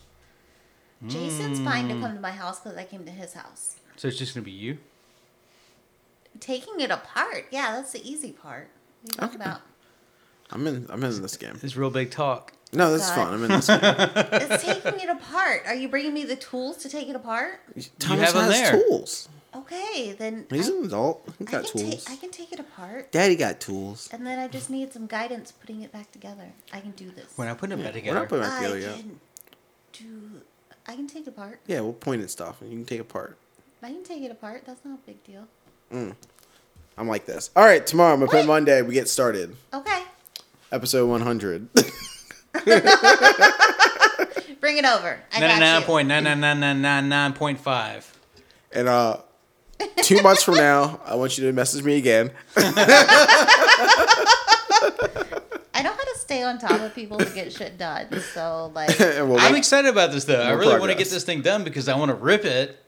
G: Jason's fine to come to my house because I came to his house.
C: So it's just gonna be you.
G: Taking it apart. Yeah, that's the easy part. What are you talking about?
B: I'm in. I'm in this game.
C: It's real big talk.
B: No, this is
G: God.
B: fun. I'm in this game.
G: It's taking it apart. Are you bringing me the tools to take it apart?
B: Thomas
C: have 'em
B: has
C: there.
B: tools.
G: Okay, then
B: He's
G: I,
B: an adult. He
G: I
B: got
G: can
B: tools.
G: ta- I can take it apart,
B: Daddy got tools.
G: and then I just need some guidance putting it back together. I can do this.
C: When I put it back
B: We're
C: together,
B: not putting it
G: I
B: back together yet.
G: can do. I can take it apart.
B: Yeah, we'll point at stuff and you can take it apart.
G: I can take it apart. That's not a big deal.
B: I'm like this. All right, tomorrow, my
G: Wait.
B: pet Monday, we get started.
G: Okay,
B: Episode 100.
G: bring it over. I got you.
C: ninety nine point nine nine nine nine nine nine point five.
B: and uh, two months from now, I want you to message me again.
G: I know how to stay on top of people to get shit done. So like,
B: and we'll
C: I'm
B: make-
C: excited about this though. I
B: More
C: really want to
B: progress.
C: get this thing done because I want to rip it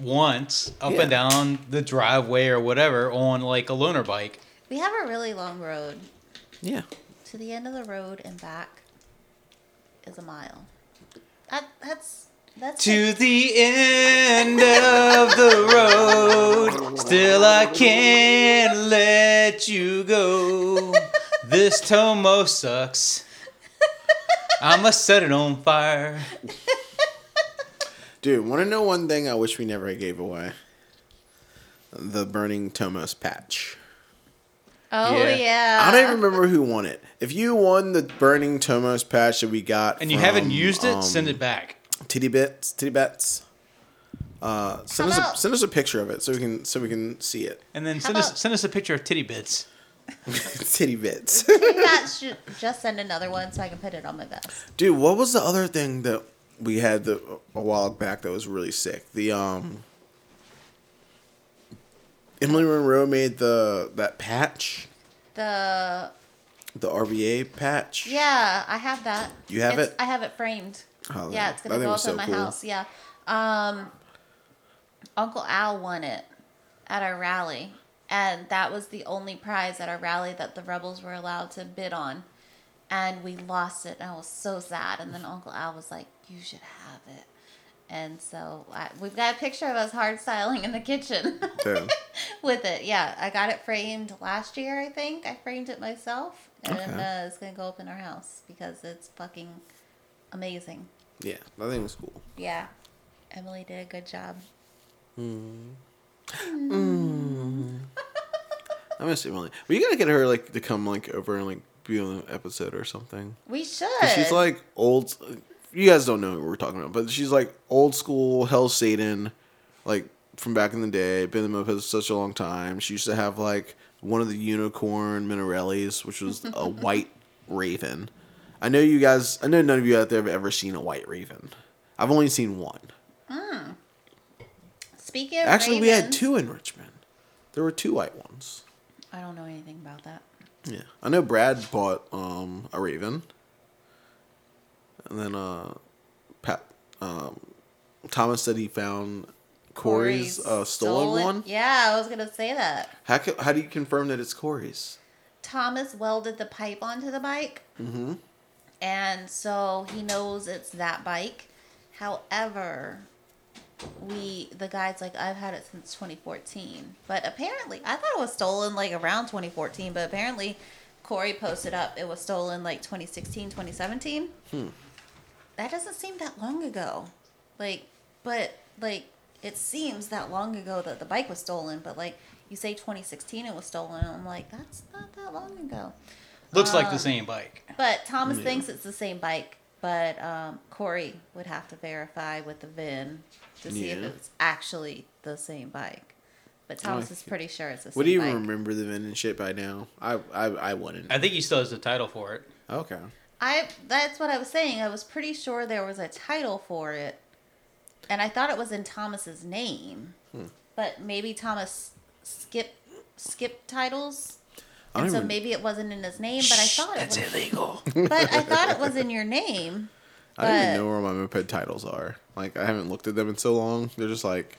C: once up
B: Yeah.
C: and down the driveway or whatever on like a loaner bike.
G: we have a really long road
B: yeah.
G: to the end of the road and back. Is a mile. That that's that's
C: To the end of the road, still I can't let you go. This Tomo sucks. I'ma set it on fire.
B: Dude, want to know one thing I wish we never gave away? The Burning Tomos patch.
G: Oh
C: Yeah.
G: yeah.
B: I don't even remember who won it. If you won the Burning Tomos patch that we got,
C: And you haven't
B: from,
C: used it,
B: um,
C: send it back.
B: Titty bits, titty bats. Uh, send
G: How
B: us a,
G: about-
B: send us a picture of it so we can so we can see it.
C: And then send us
G: about-
C: send us a picture of titty bits.
B: titty bits.
G: Maybe that should just send another one so I can put it on my vest.
B: Dude, what was the other thing that we had the, a while back that was really sick? The um, Emily Monroe made the that patch,
G: The
B: the RBA patch.
G: yeah, I have that.
B: You have
G: It's-
B: it?
G: I have it framed.
B: Oh,
G: yeah, it's
B: that
G: gonna
B: thing
G: go up
B: was
G: in
B: so
G: my
B: cool.
G: house. Yeah. Um, Uncle Al won it at our rally, and that was the only prize at our rally that the rebels were allowed to bid on, and we lost it, and I was so sad. And then Uncle Al was like, "You should have it." And so I, we've got a picture of us hard styling in the kitchen.
B: Damn.
G: with it. Yeah, I got it framed last year. I think I framed it myself, and
B: Okay.
G: uh, it's gonna go up in our house because it's fucking amazing.
B: Yeah, that thing was cool.
G: Yeah, Emily did a good job.
B: I miss Emily. But you gotta get her like to come like over and like be on an episode or something.
G: We should.
B: 'Cause She's like old. You guys don't know what we're talking about, but she's like old school Hell Satan, like from back in the day. Been in the Mopeds such a long time. She used to have like one of the unicorn Minarellis, which was a white raven. I know you guys. I know none of you out there have ever seen a white raven. I've only seen one.
G: Speaking of
B: Actually, we had
G: ravens-
B: two in Richmond. There were two white ones.
G: I don't know anything about that.
B: Yeah, I know Brad bought um a Raven, and then uh, Pat um, Thomas said he found Corey's, uh, stolen
G: stole it.
B: one.
G: Yeah, I was gonna say that.
B: How ca- how do you confirm that it's Corey's?
G: Thomas welded the pipe onto the bike. Mm-hmm. And so he knows it's that bike. However, we the guy's like, I've had it since 2014. But apparently, I thought it was stolen like around 2014, but apparently Corey posted up it was stolen like 2016, 2017. That doesn't seem that long ago. Like, but like it seems that long ago that the bike was stolen, but like you say 2016 it was stolen, and I'm like that's not that long ago.
C: Looks like the same bike.
G: But Thomas thinks it's the same bike, but um, Corey would have to verify with the VIN to see if
B: Yeah.
G: it's actually the same bike. But Thomas is pretty sure it's the same.
B: Would you
G: bike.
B: even remember the VIN and shit by now? I I, I wouldn't.
C: I think he still has the title for it.
B: Okay.
G: I that's what I was saying. I was pretty sure there was a title for it, and I thought it was in Thomas's name,
C: Hmm.
G: but maybe Thomas skip skip titles,
B: I
G: and
B: don't
G: so
B: even-
G: maybe it wasn't in his name. But I thought it was,
C: illegal.
G: but I thought it was in your name.
B: I don't even
G: but-
B: know where my moped titles are. Like I haven't looked at them in so long. They're just like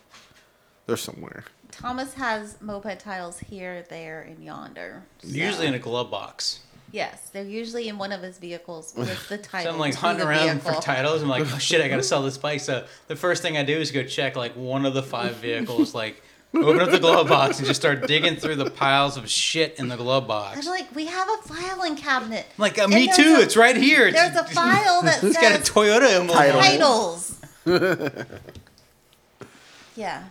B: they're somewhere.
G: Thomas has moped titles here, there, and yonder.
C: Usually in a glove box.
G: Yes, they're usually in one of his vehicles with the
C: So
G: title.
C: I'm like
G: to
C: hunting
G: the
C: around for
G: vehicle.
C: titles. I'm like, oh shit, I gotta sell this bike. So the first thing I do is go check like one of the five vehicles, like open up the glove box and just start digging through the piles of shit in the glove box.
G: I'm
C: I'm
G: like, we have a filing cabinet.
C: like, uh,
G: And
C: me
G: there's
C: too.
G: a-
C: it's right here. It's,
G: There's a file that
C: it's got a
G: says
C: Toyota emblem. on it.
G: titles. Yeah.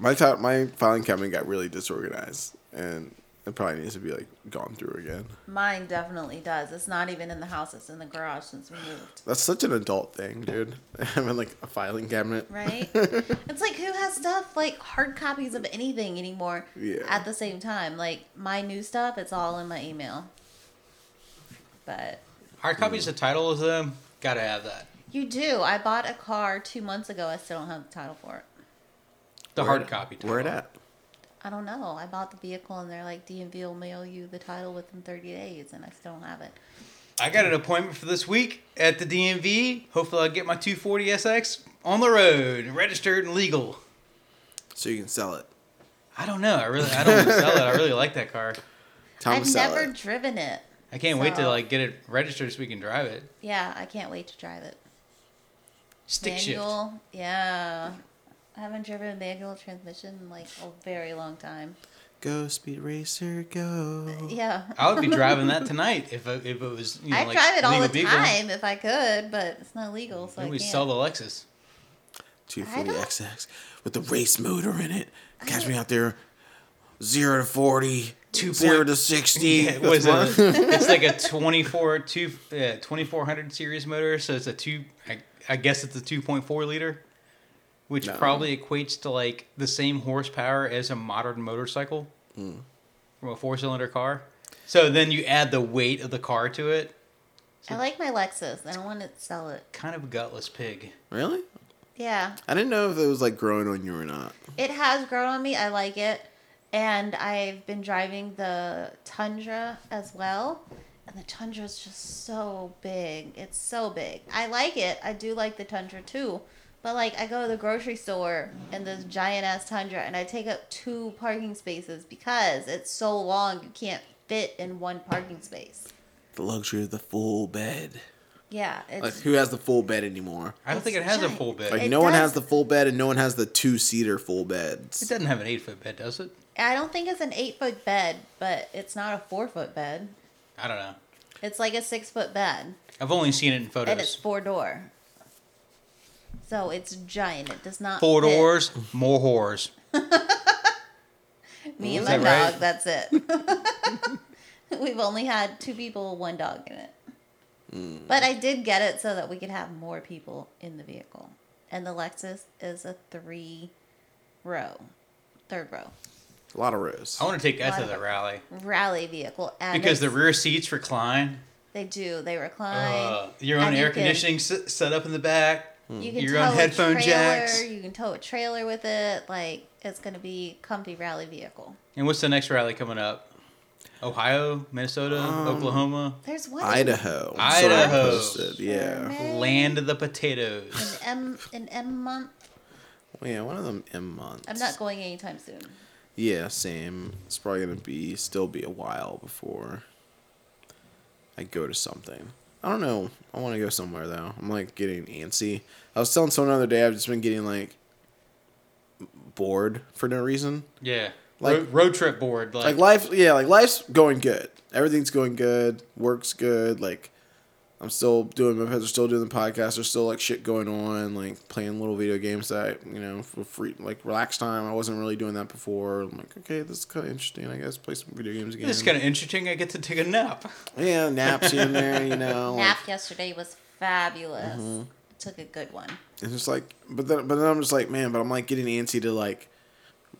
B: My fi- my filing cabinet got really disorganized, and it probably needs to be like gone through again.
G: Mine definitely does. It's not even in the house, it's in the garage since we moved.
B: That's such an adult thing, dude. Having like a filing cabinet.
G: Right? it's like who has stuff like hard copies of anything anymore
B: Yeah.
G: at the same time? Like my new stuff, it's all in my email. But
C: Hard copies of titles, though, gotta have that.
G: you do. I bought a car two months ago. I still don't have the title for it.
C: The hard copy. Title.
B: Where it at?
G: I don't know. I bought the vehicle and they're like DMV will mail you the title within 30 days and I still don't have it.
C: I got an appointment for this week at the DMV. Hopefully, I'll get my 240 SX on the road, registered and legal.
B: So you can sell it.
C: I don't know. I really, I don't want to sell it. I really like that car.
B: Tom
G: I've
B: sell
G: never
B: it.
G: driven it.
C: I can't wait to
G: So-
C: like get it registered so we can drive it.
G: Yeah, I can't wait to drive it.
C: Stick shift.
G: manual, yeah. I haven't driven a manual transmission in like a very long time.
B: Go speed racer, go.
G: Yeah.
C: I would be driving that tonight if I- if it was. You know,
G: I
C: like
G: drive it all
C: legal
G: the
C: vehicle.
G: time if I could, but it's not legal, so I
C: Then we
G: can't.
C: sell the Lexus.
B: Two
G: I
B: forty
G: don't-
B: XX with the race motor in it. Catch me out there. Zero to forty.
C: Two
B: zero
C: point-
B: to sixty.
C: Yeah, it was a,
B: That's mine.
C: it's like a 24 two, uh, 2400 series motor, so it's a two. I, I guess it's a 2.4 liter, which
B: No.
C: probably equates to like the same horsepower as a modern motorcycle from a four cylinder car. So then you add the weight of the car to it.
G: I like my Lexus. I don't want to sell it.
C: Kind of a gutless pig.
B: really?
G: Yeah.
B: I didn't know if it was like growing on you or not.
G: It has grown on me. I like it. And I've been driving the Tundra as well. And the Tundra is just so big. It's so big. I like it. I do like the Tundra too. But like I go to the grocery store in this giant ass Tundra and I take up two parking spaces because it's so long you can't fit in one parking space.
B: The luxury of the full bed.
G: Yeah, it's
B: Like who has the full bed anymore?
C: I don't
G: It's
C: think it has a
G: giant.
C: full bed.
B: Like
G: It
B: no one
G: does-
B: has the full bed and no one has the two seater full
C: It
B: beds.
C: doesn't have an eight foot bed, does it?
G: I don't think it's an 8 foot bed, but it's not a 4 foot bed.
C: I don't know.
G: It's like a 6 foot bed.
C: I've only seen it in
G: and it's
C: photos.
G: four door. So it's giant. It does not
C: Four
G: fit.
C: doors, more whores.
G: Me and
C: Is
G: my
C: that right?
G: dog. That's it. We've only had two people, one dog in it.
C: Hmm.
G: But I did get it so that we could have more people in the vehicle. And the Lexus is a three row, third row
B: A lot of rows.
C: I want to take that to
G: Lot
C: the
G: of-
C: rally
G: rally vehicle. And
C: because the
G: it's-
C: rear seats recline.
G: they do they recline.
C: Uh, your own
G: and you
C: air
G: can-
C: conditioning s set up in the back.
G: You can
C: Your
G: tow
C: own
G: a
C: headphone
G: trailer,
C: jacks.
G: You can tow a trailer with it. Like it's gonna be comfy rally vehicle.
C: And what's the next rally coming up? Ohio, Minnesota, Oklahoma,
G: There's one in
B: Idaho.
C: Idaho.
B: posted. Yeah.
G: May.
C: land of the potatoes.
G: An M an M month.
B: Well, yeah, one of them M months.
G: I'm not going anytime soon.
B: Yeah, same. It's probably gonna be still be a while before I go to something. I don't know. I want to go somewhere though. I'm like getting antsy. I was telling someone the other day I've just been getting like bored for no reason.
C: Yeah,
B: Like-
C: like road, road trip board. Like,
B: Like life, yeah, like life's going good. Everything's going good. Work's good. Like I'm still doing my pets are still doing the podcast. There's still like shit going on. Like playing little video games that I, you know for free like relaxed time. I wasn't really doing that before. I'm like okay, this is kind of interesting. I guess play some video games again.
C: this is kind of interesting. I get to take a nap.
B: yeah, naps here and there. You know, like,
G: Nap yesterday was fabulous. Took a good one.
B: it's just like but then but then I'm just like man, but I'm like getting antsy to like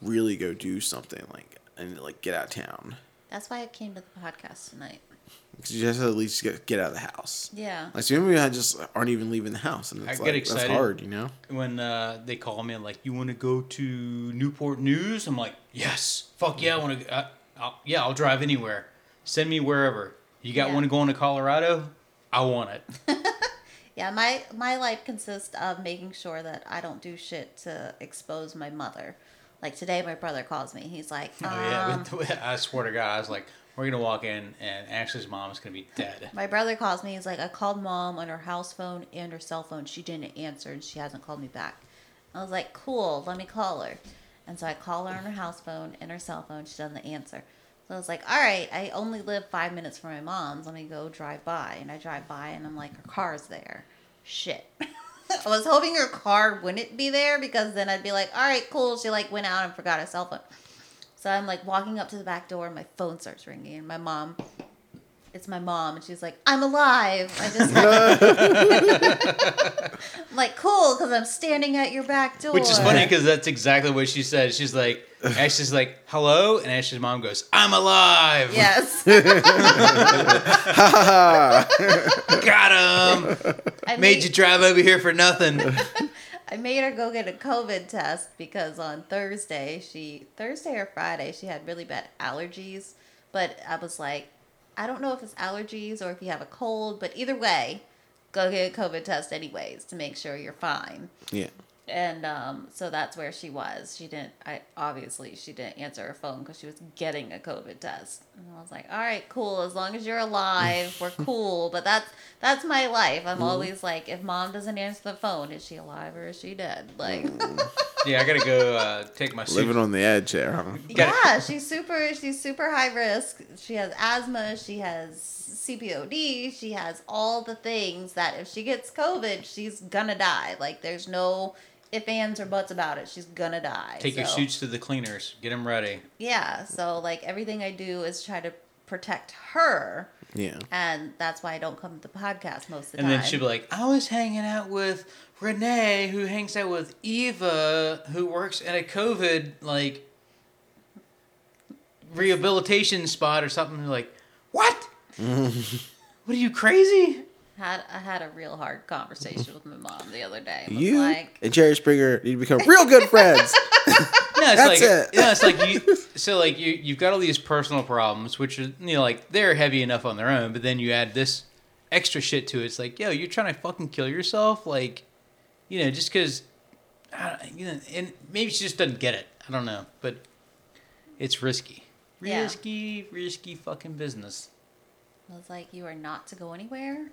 B: really go do something like and like get out of town
G: That's why I came to the podcast tonight.
B: because you have to at least get get out of the house.
G: Yeah.
B: Like some people just aren't even leaving the house, and it's
C: I
B: like
C: get
B: that's
C: excited.
B: hard, you know.
C: When uh, they call me like, "You want to go to Newport News?" I'm like, "Yes, fuck yeah, I want to. Uh, I'll, yeah, I'll drive anywhere. Send me wherever. You got
G: Yeah.
C: one going to Colorado? I want it.
G: Yeah, my my life consists of making sure that I don't do shit to expose my mother. Like today my brother calls me. He's like, um,
C: Oh yeah, with- I swear to God, I was like, we're gonna walk in and Ashley's mom's gonna be dead.
G: My brother calls me. He's like, I called mom on her house phone and her cell phone. She didn't answer and she hasn't called me back. I was like, cool, let me call her. And so I call her on her house phone and her cell phone. She doesn't answer. So I was like, all right, I only live five minutes from my mom's. Let me go drive by. And I drive by and I'm like, her car's there. Shit. I was hoping her car wouldn't be there because then I'd be like, all right, cool. She like went out and forgot her cell phone. So I'm like walking up to the back door and my phone starts ringing and my mom, it's my mom and she's like, I'm alive. I just I'm like, cool, because I'm standing at your back door.
C: Which is funny because that's exactly what she said. She's like, Ashley's like, hello. And Ashley's mom goes, I'm alive.
G: Yes.
C: Got him.
G: I
C: Made you drive over here for nothing.
G: I made her go get a COVID test because on Thursday, she Thursday or Friday, she had really bad allergies. But I was like, I don't know if it's allergies or if you have a cold, but either way, go get a COVID test anyways to make sure you're fine.
B: Yeah.
G: And um, so that's where she was. She didn't. I obviously she didn't answer her phone because she was getting a COVID test. And I was like, "All right, cool. As long as you're alive, we're cool." But that's that's my life.
C: Mm-hmm.
G: I'm always like, if mom doesn't answer the phone, is she alive or is she dead? Like,
C: Mm-hmm. yeah, I got to go uh, take my suit.
B: Living on the edge there, huh?
C: Got it.
G: yeah, she's super. She's super high risk. She has asthma. She has CPOD. She has all the things that if she gets COVID, she's gonna die. Like, there's no if ands or buts about it. She's gonna die.
C: Take your
G: So-
C: suits to the cleaners. Get them ready.
G: Yeah. So like everything I do is try to protect her,
B: Yeah.
G: and that's why I don't come to the podcast most of the
C: And
G: time.
C: then she'd be like, I was hanging out with Renee, who hangs out with Eva, who works at a COVID, like, rehabilitation spot or something. You're like, what? what are you, crazy?
G: had I had a real hard conversation with my mom the other day. I was
B: You
G: like,
B: and Jerry Springer need to become real good friends.
C: No,
B: That's
C: it's like
B: it.
C: no, it's like you. So like you, you've got all these personal problems, which are you know like they're heavy enough on their own, but then you add this extra shit to it. It's like, yo, you're trying to fucking kill yourself, like, you know, just because, you know, and maybe she just doesn't get it. I don't know, but it's risky,
G: Yeah.
C: risky, risky fucking business.
G: I was like, you are not to go anywhere.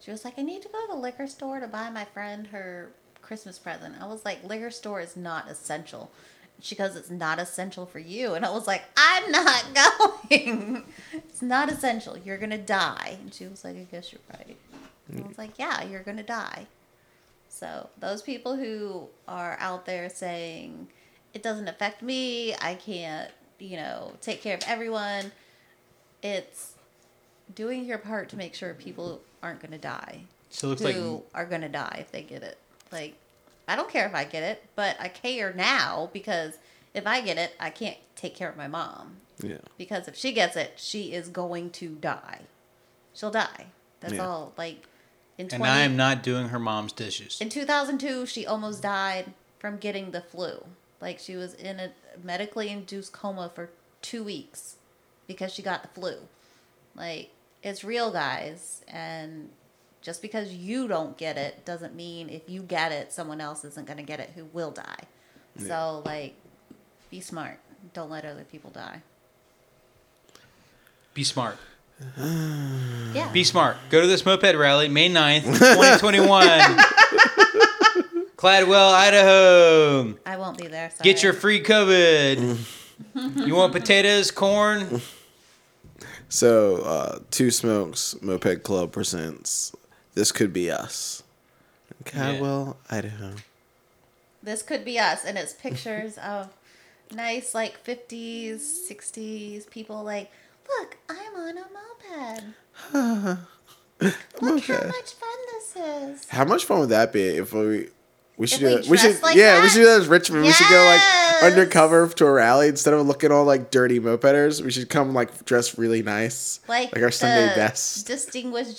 G: She was like, I need to go to the liquor store to buy my friend her Christmas present. I was like, liquor store is not essential. She goes, it's not essential for you. And I was like, I'm not going. it's not essential. You're going to die. And she was like, I guess you're right.
C: Mm.
G: And I was like, yeah, you're going to die. So those people who are out there saying, it doesn't affect me, I can't, you know, take care of everyone, it's doing your part to make sure people aren't going to die
C: So it looks
G: who
C: like
G: are going to die if they get it like i don't care if i get it but i care now because if i get it i can't take care of my mom
B: yeah.
G: because if she gets it she is going to die she'll die that's
B: Yeah.
G: all like in, 20,
C: and I am not doing her mom's dishes.
G: in 2002 she almost died from getting the flu like she was in a medically induced coma for two weeks because she got the flu like it's real guys and just because you don't get it doesn't mean if you get it someone else isn't going to get it who will die so like be smart don't let other people die
C: Be smart.
G: yeah
C: Be smart. Go to this moped rally May 9th, 2021. Cladwell, Idaho.
G: i won't be there sorry.
C: Get your free COVID. you want potatoes, corn?
B: So, uh, Two Smokes Moped Club presents This Could Be Us. Cadwell, Idaho.
G: this could be us and it's pictures of nice like 50s 60s people like look i'm on a moped look how
B: Okay.
G: much fun this is
B: How much fun would that be if we we should
G: we
B: do it- we
G: dressed
B: should
G: like
B: yeah we
G: that?
B: should do that as Richmond. We should go
G: Yes!
B: like undercover to a rally instead of looking all like dirty mopeders. We should come like dressed really nice,
G: like,
B: our Sunday
G: the
B: best.
G: distinguished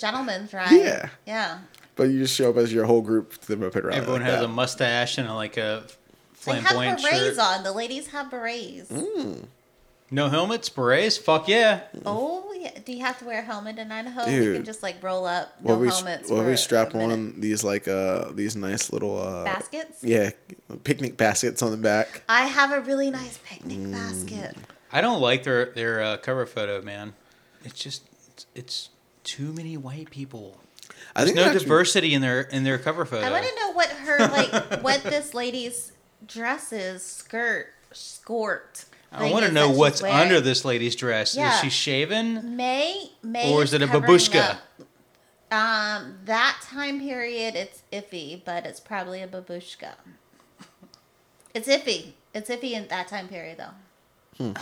G: gentlemen's right
B: Yeah.
G: yeah
B: But you just show up as your whole group to the moped rally.
C: Everyone
B: like
C: has
B: that.
C: a mustache and a, like a
G: they have
C: flamboyant
G: berets
C: shirt.
G: on the ladies have berets
B: Mm.
C: No helmets, berets. Fuck yeah.
G: oh yeah do you have to wear a helmet in idaho you can
B: Dude.
G: just like roll up no
B: Well, we
G: helmets
B: well
G: for
B: we
G: a
B: strap
G: minute.
B: on these like uh these nice little uh
G: baskets
B: yeah picnic baskets on the back.
G: i have a really nice picnic
B: Mm.
G: basket
C: I don't like their their uh, cover photo, man. It's just it's, it's too many white people.
B: I
C: There's
B: think
C: no
B: that actually-
C: diversity in their in their cover photo.
G: I want to know what her like what this lady's dresses skirt skirt.
C: I
G: thing
C: want to
G: is
C: know
G: that she's
C: what's
G: wearing.
C: under this lady's dress.
G: Yeah.
C: Is she shaven?
G: May May
C: Or is it a
G: covering
C: babushka?
G: up- Um, that time period, it's iffy, but it's probably a babushka. It's iffy. It's iffy in that time period, though.
C: Hmm.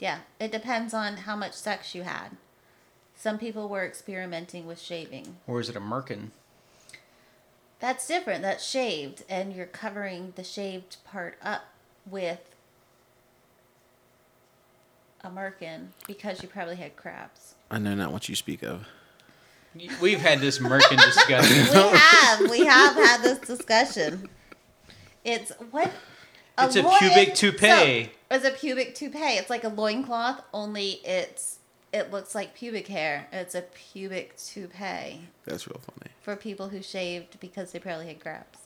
G: Yeah, it depends on how much sex you had. Some people were experimenting with shaving.
C: Or is it a merkin?
G: That's different. That's shaved, and you're covering the shaved part up with a merkin because you probably had crabs.
B: I know not what you speak of.
C: We've had this merkin discussion.
G: We have, we have had this discussion. It's what
C: It's a pubic toupee.
G: so, it's a pubic toupee. It's like a loincloth, only it's it looks like pubic hair. It's a pubic toupee
B: That's real funny.
G: for people who shaved because they probably had crabs.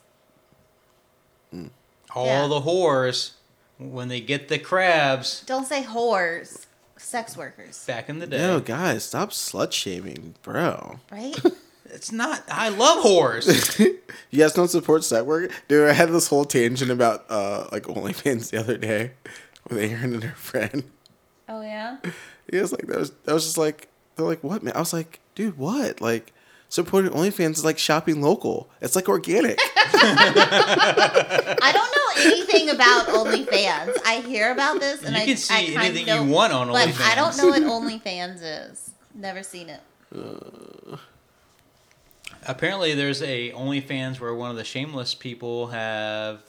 C: All
G: Yeah.
C: the whores, when they get the crabs
G: Don't say whores, sex workers,
C: back in the day.
B: No, guys, stop slut shaming, bro.
G: right?
C: It's not. I love whores.
B: You guys don't support sex work, dude. I had this whole tangent about uh like OnlyFans the other day with Aaron and her friend.
G: oh yeah.
B: He was like, that was that was just like they're like, what man? I was like, dude, what? Like supporting OnlyFans is like shopping local. It's like organic.
G: I don't know anything about OnlyFans. I hear about this, and
C: You
G: I
C: can see
G: I kind
C: anything you
G: of know-
C: want on
G: but I don't
C: OnlyFans.
G: know what OnlyFans is. Never seen it.
C: Apparently, there's a OnlyFans where one of the shameless people have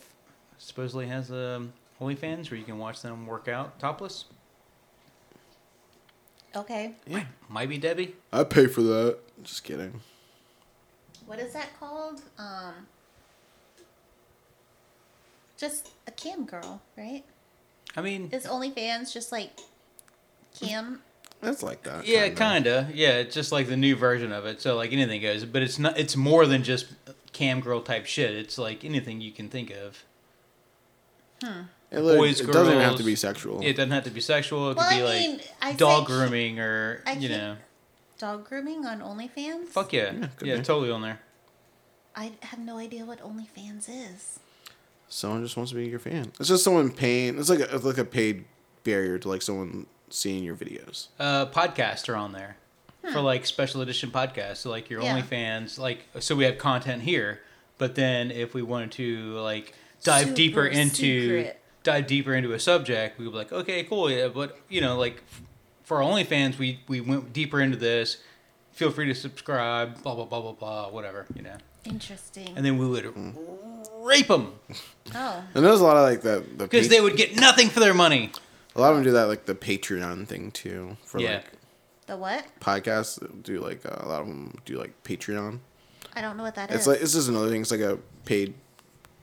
C: supposedly has a OnlyFans where you can watch them work out topless.
G: Okay,
B: yeah,
C: Might be Debbie.
B: I pay for that. Just kidding.
G: what is that called? Um, just a cam girl, right?
C: I mean,
G: Is OnlyFans just like cam?
B: That's like that.
C: yeah, kinda. Yeah, it's just like the new version of it. So like anything goes, but it's not. It's more than just cam girl type shit. It's like anything you can think of.
B: It, literally-
C: Boys,
B: it doesn't even have to
C: girls,
B: be sexual.
C: It doesn't have to be sexual. It could
G: Well,
C: be
G: I
C: like
G: mean, I
C: dog
G: think-
C: grooming or
G: I
C: you
G: think-
C: know,
G: Dog grooming on OnlyFans?
C: fuck yeah, yeah,
B: Yeah, could be.
C: totally on there.
G: I have no idea what OnlyFans is.
B: someone just wants to be your fan. It's just someone paying. It's like a, it's like a paid barrier to like someone seeing your videos.
C: uh, podcasts are on there for like special edition podcasts, so like your
G: Hmm. Yeah.
C: OnlyFans. Like, so we have content here, but then if we wanted to like dive
G: Super
C: deeper into
G: secret.
C: dive deeper into a subject, we would be like, okay, cool, yeah, but you know, like f- for OnlyFans, we we went deeper into this. Feel free to subscribe, blah blah blah blah blah, whatever you know.
G: Interesting.
C: And then we would rape them
G: oh,
B: And there's a lot of like the the
C: because
B: pat-
C: they would get nothing for their money.
B: a lot of them do that like the Patreon thing too for
C: Yeah.
B: like
G: the what?
B: podcasts. Do like uh, a lot of them do like Patreon.
G: I don't know what that is.
B: It's like it's just another thing. It's like a paid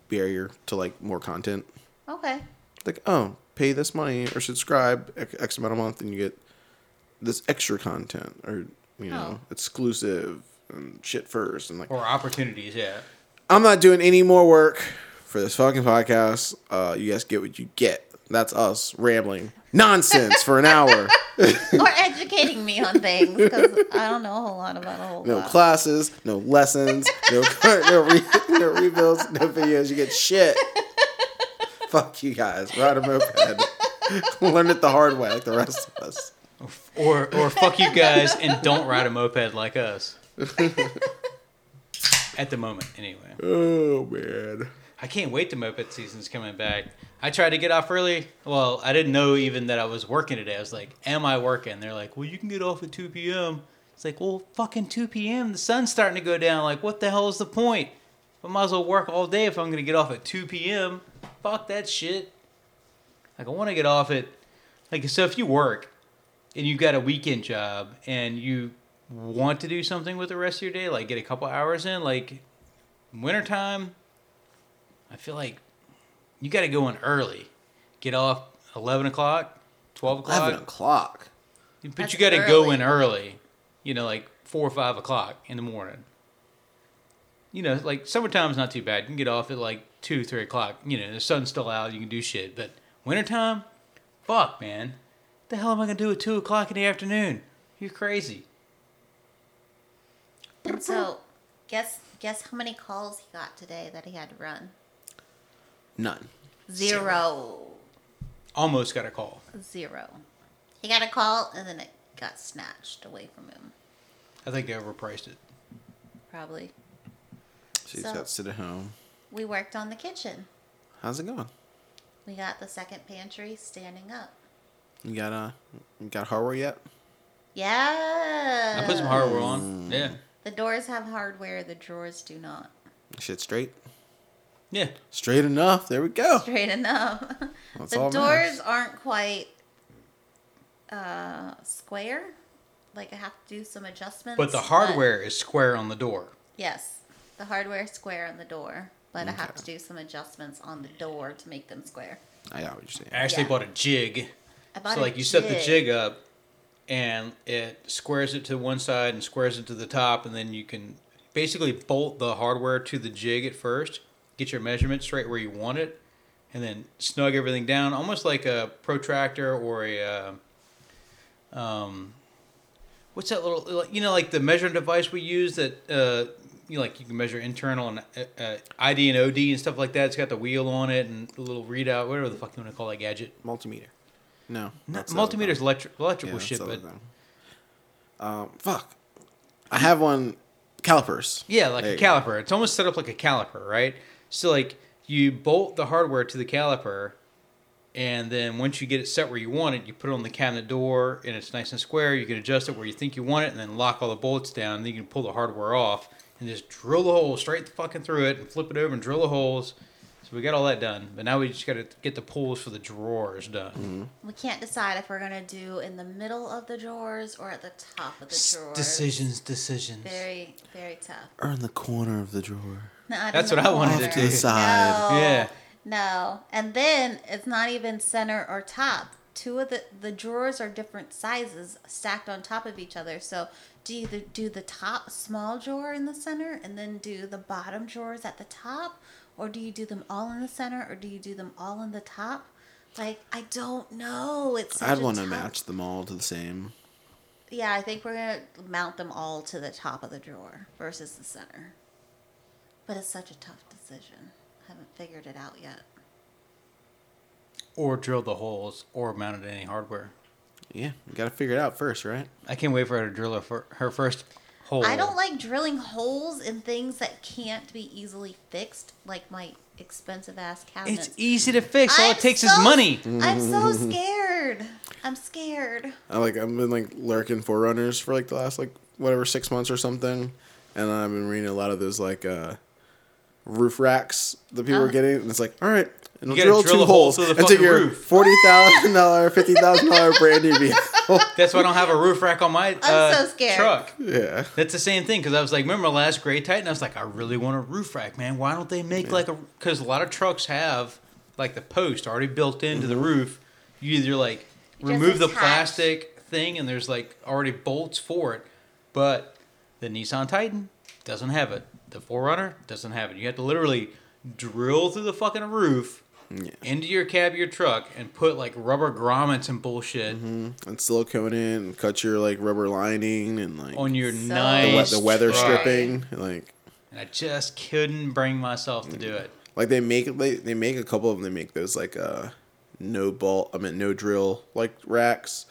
B: barrier to like more content.
G: okay.
B: Like oh, pay this money or subscribe X X amount a month and you get this extra content or you know
G: Oh.
B: exclusive and shit first and like
C: Or opportunities, yeah.
B: I'm not doing any more work for this fucking podcast. Uh, you guys get what you get. That's us rambling nonsense for an hour.
G: or educating me on things because I don't know a whole lot about a whole
B: No
G: lot.
B: classes, no lessons, no no, re- no rebuilds, no videos. You get shit. Fuck you guys. Ride a moped. Learn it the hard way, like the rest of us.
C: Or or fuck you guys and don't ride a moped like us. At the moment, anyway.
B: Oh man.
C: I can't wait to moped season's coming back. I tried to get off early. Well, I didn't know even that I was working today. I was like, "Am I working?" They're like, "Well, you can get off at 2 p.m." It's like, "Well, fucking 2 p.m. The sun's starting to go down. Like, what the hell is the point? I might as well work all day if I'm gonna get off at 2 p.m. Fuck that shit. Like, I want to get off at like so. If you work and you got a weekend job and you want to do something with the rest of your day, like get a couple hours in, like wintertime I feel like you got to go in early. Get off 11 o'clock, 12 o'clock.
B: Eleven o'clock.
C: But
G: That's
C: you got to go
G: early.
C: in early, you know, like 4 or 5 o'clock in the morning. You know, like summertime's not too bad. You can get off at like 2, 3 o'clock. You know, the sun's still out. You can do shit. But wintertime, fuck, man. The hell am I going to do at 2 o'clock in the afternoon? You're crazy.
G: And so, guess guess how many calls he got today that he had to run?
B: None.
G: Zero.
C: Almost got a call.
G: Zero. He got a call and then it got snatched away from him.
C: I think they overpriced it.
G: probably.
B: She's
G: So-
B: got to sit at home.
G: We worked on the kitchen.
B: How's it going?
G: We got the second pantry standing up.
B: You got uh, you got hardware yet?
G: Yeah.
C: I put some hardware on. Yeah.
G: The doors have hardware, the drawers do not.
B: Shit straight.
C: Yeah.
B: Straight enough. There we go.
G: Straight enough.
B: That's
G: the
B: all
G: doors
B: that matters.
G: aren't quite uh, square. Like I have to do some adjustments.
C: But the hardware is square on the door.
G: yes. The hardware is square on the door, but I have
B: Okay.
G: to do some adjustments on the door to make them square.
B: I got what you're saying.
C: I actually
G: Yeah.
C: bought a jig.
G: I bought
C: so
G: a
C: like you set the jig up and it squares it to one side and squares it to the top and then you can basically bolt the hardware to the jig at first, get your measurements straight where you want it, and then snug everything down almost like a protractor or a uh, um what's that little like, you know like the measuring device we use that uh you know, like you can measure internal and uh, uh, ID and OD and stuff like that. It's got the wheel on it and a little readout, whatever the fuck you want to call that gadget.
B: Multimeter. No.
C: Not
B: that's the other
C: multimeter is
B: thing.
C: electric,
B: Yeah,
C: electrical
B: that's
C: shit,
B: the
C: but
B: other thing. Um, fuck. I have one calipers.
C: yeah, like
B: There
C: a
B: you go.
C: caliper. It's almost set up like a caliper, right? So like you bolt the hardware to the caliper, and then once you get it set where you want it, you put it on the cabinet door, and it's nice and square. You can adjust it where you think you want it, and then lock all the bolts down. And then you can pull the hardware off and just drill the hole straight the fucking through it, and flip it over and drill the holes. So we got all that done, but now we just got to get the pulls for the drawers
B: Mm.
C: done.
G: We can't decide if we're gonna do in the middle of the drawers or at the top of the
C: S-
G: drawers.
C: Decisions, decisions.
G: Very, very tough.
B: Or in the corner of the drawer.
G: Not in
C: That's
G: the
C: what I wanted
G: corner.
C: to
B: To the
C: do.
B: side.
G: No,
C: Yeah.
G: No. And then it's not even center or top. Two of the the drawers are different sizes stacked on top of each other. So do you either do the top small drawer in the center and then do the bottom drawers at the top? Or do you do them all in the center or do you do them all in the top? Like I don't know. It's such
B: I'd
G: a
B: want to
G: tough-
B: match them all to the same.
G: Yeah, I think we're gonna mount them all to the top of the drawer versus the center. But it's such a tough decision. I haven't figured it out yet.
C: Or drill the holes, or mounted any hardware.
B: Yeah, you gotta figure it out first, right?
C: I can't wait for her to drill her, fir- her first hole.
G: I don't like drilling holes in things that can't be easily fixed, like my expensive ass cabinets.
C: It's easy to fix. All
G: I'm
C: it takes is
G: so-
C: money.
G: I'm so scared. I'm scared.
B: I like I've been like lurking for runners for like the last like whatever six months or something, and I've been reading a lot of those like uh roof racks that people were getting, and it's like, all right, and
C: Oh. gotta
B: drill,
C: drill
B: two
C: a hole
B: holes
C: through the
B: and take
C: fucking
B: your
C: roof.
B: forty thousand dollar, fifty thousand dollar brand new vehicle.
C: That's why I don't have a roof rack on my uh,
G: so scared.
C: truck.
B: yeah,
C: That's the same thing because I was like, remember last Grey Titan? I was like, I really want a roof rack, man. Why don't they make like a? Because a lot of trucks have like the post already built into
B: Mm-hmm.
C: the roof. You either like
G: Just
C: remove the
G: attach.
C: plastic thing and there's like already bolts for it, but the Nissan Titan doesn't have it. The Forerunner doesn't have it. You have to literally drill through the fucking roof. Into your cab, of your truck, and put like rubber grommets and bullshit
B: and silicone in, and cut your like rubber lining, and like
C: on your
G: So-
B: the, we-
C: nice
B: the weather
C: truck.
G: Right.
B: stripping, and, like
C: and I just couldn't bring myself to do it.
B: Like they make they, they make a couple of them. They make those like uh no ball. I mean no drill like racks.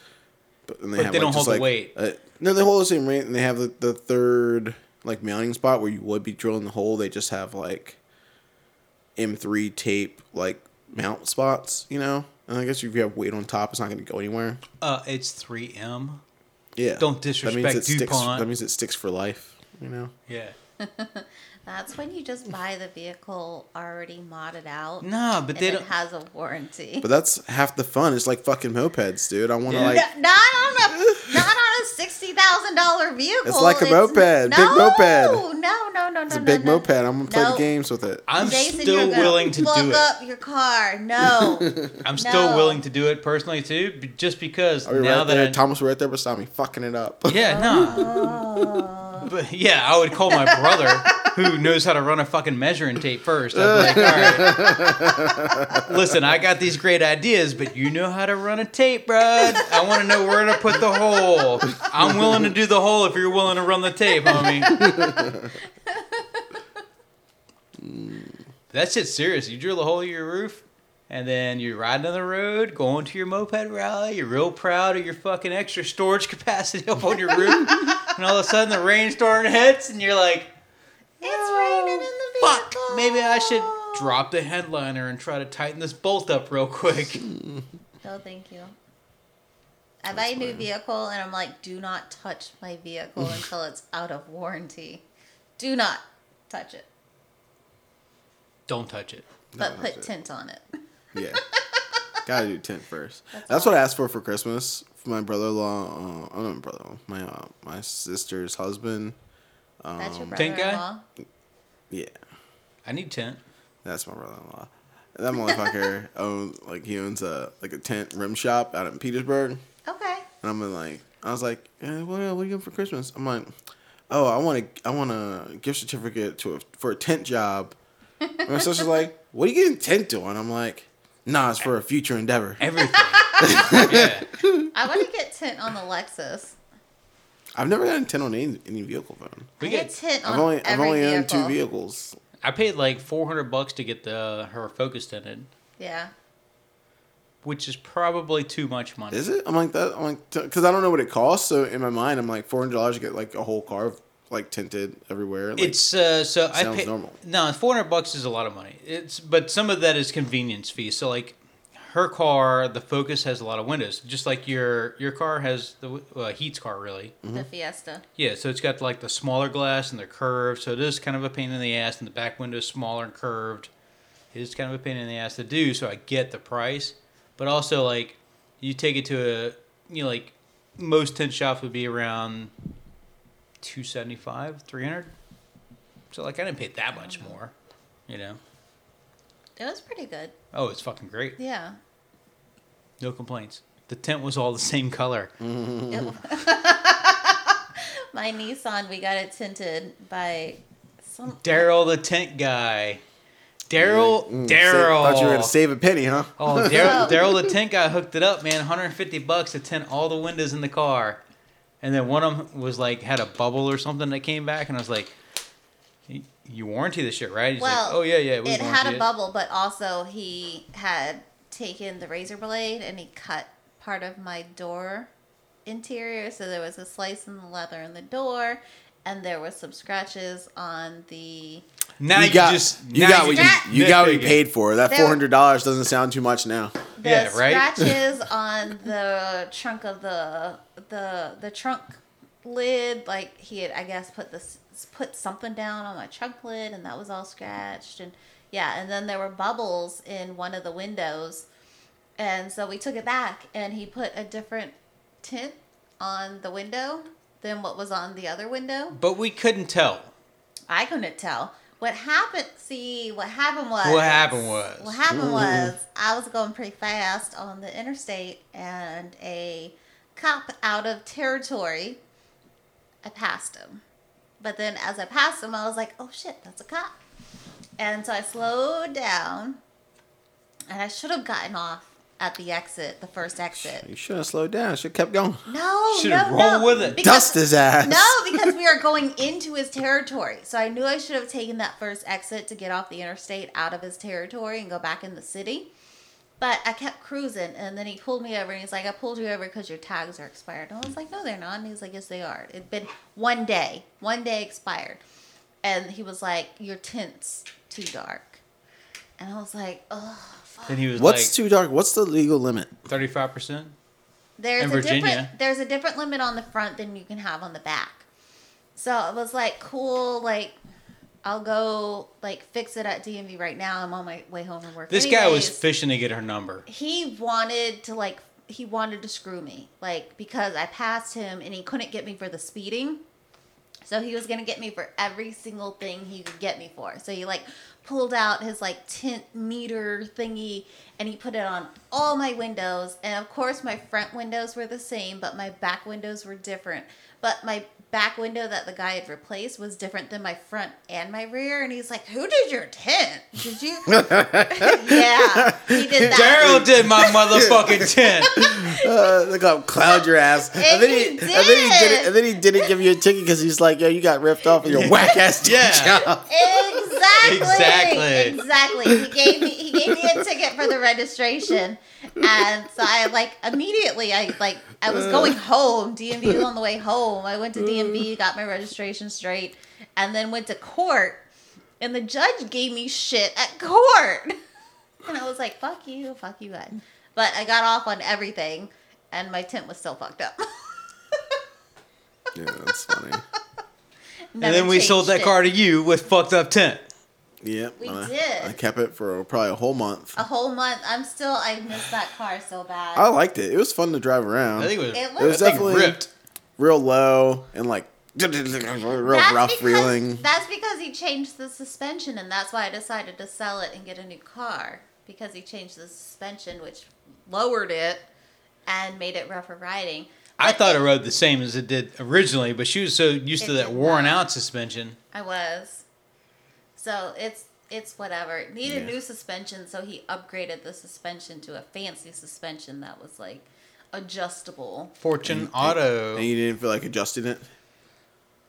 B: But, and
C: But they don't hold the weight.
B: Uh, no, they hold the same weight, and they have the, the third like mounting spot where you would be drilling the hole. They just have like M three tape like mount spots. You know, and I guess if you have weight on top, it's not going to go anywhere.
C: Uh, it's 3M.
B: Yeah,
C: Don't disrespect
B: sticks.
C: DuPont.
B: That means it sticks for life. You know,
C: Yeah.
G: That's when you just buy the vehicle already modded out.
C: No, but
G: and
C: they
G: it
C: don't.
G: has a warranty.
B: but that's half the fun. It's like fucking mopeds, dude. I want to
C: Yeah.
B: like.
G: N- not on a not on a sixty thousand dollar vehicle.
B: It's like a moped, big moped.
G: No, no, no, no.
B: It's a
G: no,
B: big
G: no.
B: moped. I'm gonna play
G: No.
B: the games with it.
C: I'm
G: Jason,
C: still
G: you're gonna
C: willing to
G: plug
C: do it.
G: up your car. No,
C: I'm still
G: No.
C: willing to do it personally too, b- just because
B: Are we
C: now
B: right there?
C: that I,
B: Thomas right there beside me, fucking it up.
C: yeah, no. But yeah, I would call my brother who knows how to run a fucking measuring tape first. I'd be like, all right, listen, I got these great ideas, but you know how to run a tape, bro. I want to know where to put the hole. I'm willing to do the hole if you're willing to run the tape, homie. That shit's serious. You drill a hole in your roof, and then you're riding on the road, going to your moped rally. You're real proud of your fucking extra storage capacity up on your roof, and all of a sudden the rain storm hits, and you're like,
G: It's raining in the
C: Fuck!
G: vehicle.
C: Maybe I should drop the headliner and try to tighten this bolt up real quick.
G: No, thank you. I buy a new vehicle and I'm like, do not touch my vehicle until it's out of warranty. Do not touch it,
C: Don't touch it.
G: but
B: that's
G: put
B: it.
G: tint on it.
B: Yeah. Gotta do tent first. That's, what I asked for for Christmas. For my brother-in-law, uh, I don't know my brother-in-law, my uh, my sister's husband.
G: That's
B: Um,
G: your
C: Tint guy?
G: brother-in-law.
B: Yeah,
C: I need tent.
B: that's my brother-in-law. And that motherfucker owns like he owns a like a tent rim shop out in Petersburg.
G: Okay.
B: And I'm like, I was like, eh, what, what are you doing for Christmas? I'm like, oh, I want a, I want a gift certificate to a, for a tent job. And my sister's like, what are you getting tent doing? I'm like, nah, it's for a future endeavor.
C: Everything. yeah.
G: I want to get tint on the Lexus.
B: I've never gotten tent on any, any vehicle phone.
C: We
G: I get
C: get.
G: tint on
B: I've only I've
G: every
B: only
G: vehicle.
B: owned two vehicles.
C: I paid like four hundred bucks to get the her focus tinted,
G: Yeah.
C: which is probably too much money.
B: Is it? I'm like that. I'm like because I don't know what it costs. So in my mind, I'm like four hundred dollars to get like a whole car like tinted everywhere. Like,
C: It's uh, so I
B: Sounds
C: pay,
B: normal.
C: No, four hundred bucks is a lot of money. It's but some of that is convenience fee. So like, her car, the Focus has a lot of windows, just like your your car has the w- uh, Heat's car really.
B: Mm-hmm.
G: The Fiesta.
C: Yeah, so it's got like the smaller glass and the curve. So it is kind of a pain in the ass, and the back window is smaller and curved. It is kind of a pain in the ass to do. So I get the price, but also like, you take it to a you know like most tent shops would be around two seventy five, three hundred. So like I didn't pay that much more, you know.
G: It was pretty good.
C: Oh, it's fucking great.
G: Yeah.
C: No complaints. The tent was all the same color.
B: Mm.
G: It wa- My Nissan, we got it tinted by some.
C: Daryl the tent guy. Daryl.
B: Mm, sa-
C: Daryl.
B: Thought you were gonna save a penny, huh?
C: Oh, Daryl,
G: So-
C: Daryl the tent guy hooked it up, man. 150 bucks to tint all the windows in the car, and then one of them was like had a bubble or something that came back, and I was like, "You- "You warranty this shit, right?" He's
G: Well,
C: like, "Oh yeah, yeah, we
G: it had
C: warranty
G: a bubble, but also he had taken the razor blade and he cut part of my door interior. So there was a slice in the leather in the door, and there was some scratches on the.
C: Now you,
B: you got
C: just
B: you
C: now
B: got what
G: just
B: you, you got what you
C: nitpicking.
B: paid for. That
G: There-
B: four hundred dollars doesn't sound too much now.
G: The
C: Yeah, right?
G: scratches on the trunk of the the the trunk lid, like he had, I guess, put this put something down on my trunk lid, and that was all scratched. And yeah, and then there were bubbles in one of the windows, and so we took it back, and he put a different tint on the window than what was on the other window.
C: But we couldn't tell.
G: I couldn't tell. What happened? See, what happened was.
C: What happened was-
G: What happened was I was going pretty fast on the interstate, and a cop out of territory. I passed him, but then as I passed him, I was like, "Oh shit, that's a cop!" And so I slowed down, and I should have gotten off at the exit, the first exit.
B: You should have slowed down. Should have kept going.
G: No,
C: Should've
G: no,
C: rolled
G: no.
C: with it.
G: Because-
B: Dust his ass.
G: no, because we are going into his territory. So I knew I should have taken that first exit to get off the interstate out of his territory and go back in the city. But I kept cruising, and then he pulled me over, and he's like, "I pulled you over because your tags are expired." And I was like, "No, they're not." And he's like, "Yes, they are. It's been one day, one day expired." And he was like, "Your tint's too dark," and I was like, "Oh, fuck."
C: Then he was
B: What's
C: like
B: too dark? What's the legal limit?
C: 35 percent.
G: There's
C: In
G: a
C: Virginia.
G: different there's a different limit on the front than you can have on the back. So it was like cool, like I'll go like fix it at DMV right now. I'm on my way home from work.
C: This guy was
G: Anyways,
C: fishing to get her number.
G: he wanted to like he wanted to screw me like because I passed him and he couldn't get me for the speeding. So he was gonna get me for every single thing he could get me for. So he like pulled out his like tint meter thingy and he put it on all my windows. And of course my front windows were the same, but my back windows were different. But my back window that the guy had replaced was different than my front and my rear. And he's like, "Who did your tint? Did you?" yeah, he did that.
C: Daryl did my motherfucking tent.
B: Uh, look up, cloud your ass. And, then he,
G: he
B: and then he
G: did.
B: didn't. And then he didn't give you a ticket because he's like, yo, you got ripped off of your whack ass
C: Yeah.
B: job.
G: Exactly.
C: Exactly.
G: Exactly. He gave me he gave me a ticket for the registration, and so I like immediately I like I was going home. DMV was on the way home. I went to DMV, got my registration straight, and then went to court, and the judge gave me shit at court. And I was like, fuck you, fuck you guys. But I got off on everything, and my tent was still fucked up.
B: Yeah, that's funny.
C: and then we sold that car to you with fucked up tent.
B: Yep.
G: We
B: and I,
G: did.
B: I kept it for probably a whole month.
G: A whole month. I'm still, I miss that car so bad.
B: I liked it. It was fun to drive around.
C: I think Oh, it was,
G: It
C: it
G: was
B: definitely-
C: ripped.
B: real low and like real rough
G: because,
B: feeling.
G: That's because he changed the suspension, and that's why I decided to sell it and get a new car because he changed the suspension, which lowered it and made it rougher riding.
C: I
G: But
C: thought it rode the same as it did originally, but she was so used to
G: It
C: that
G: did
C: worn
G: not.
C: out suspension.
G: I was. So it's it's whatever. It needed
B: Yeah.
G: new suspension, so he upgraded the suspension to a fancy suspension that was like adjustable.
C: Fortune Auto.
B: And you didn't feel like adjusting it?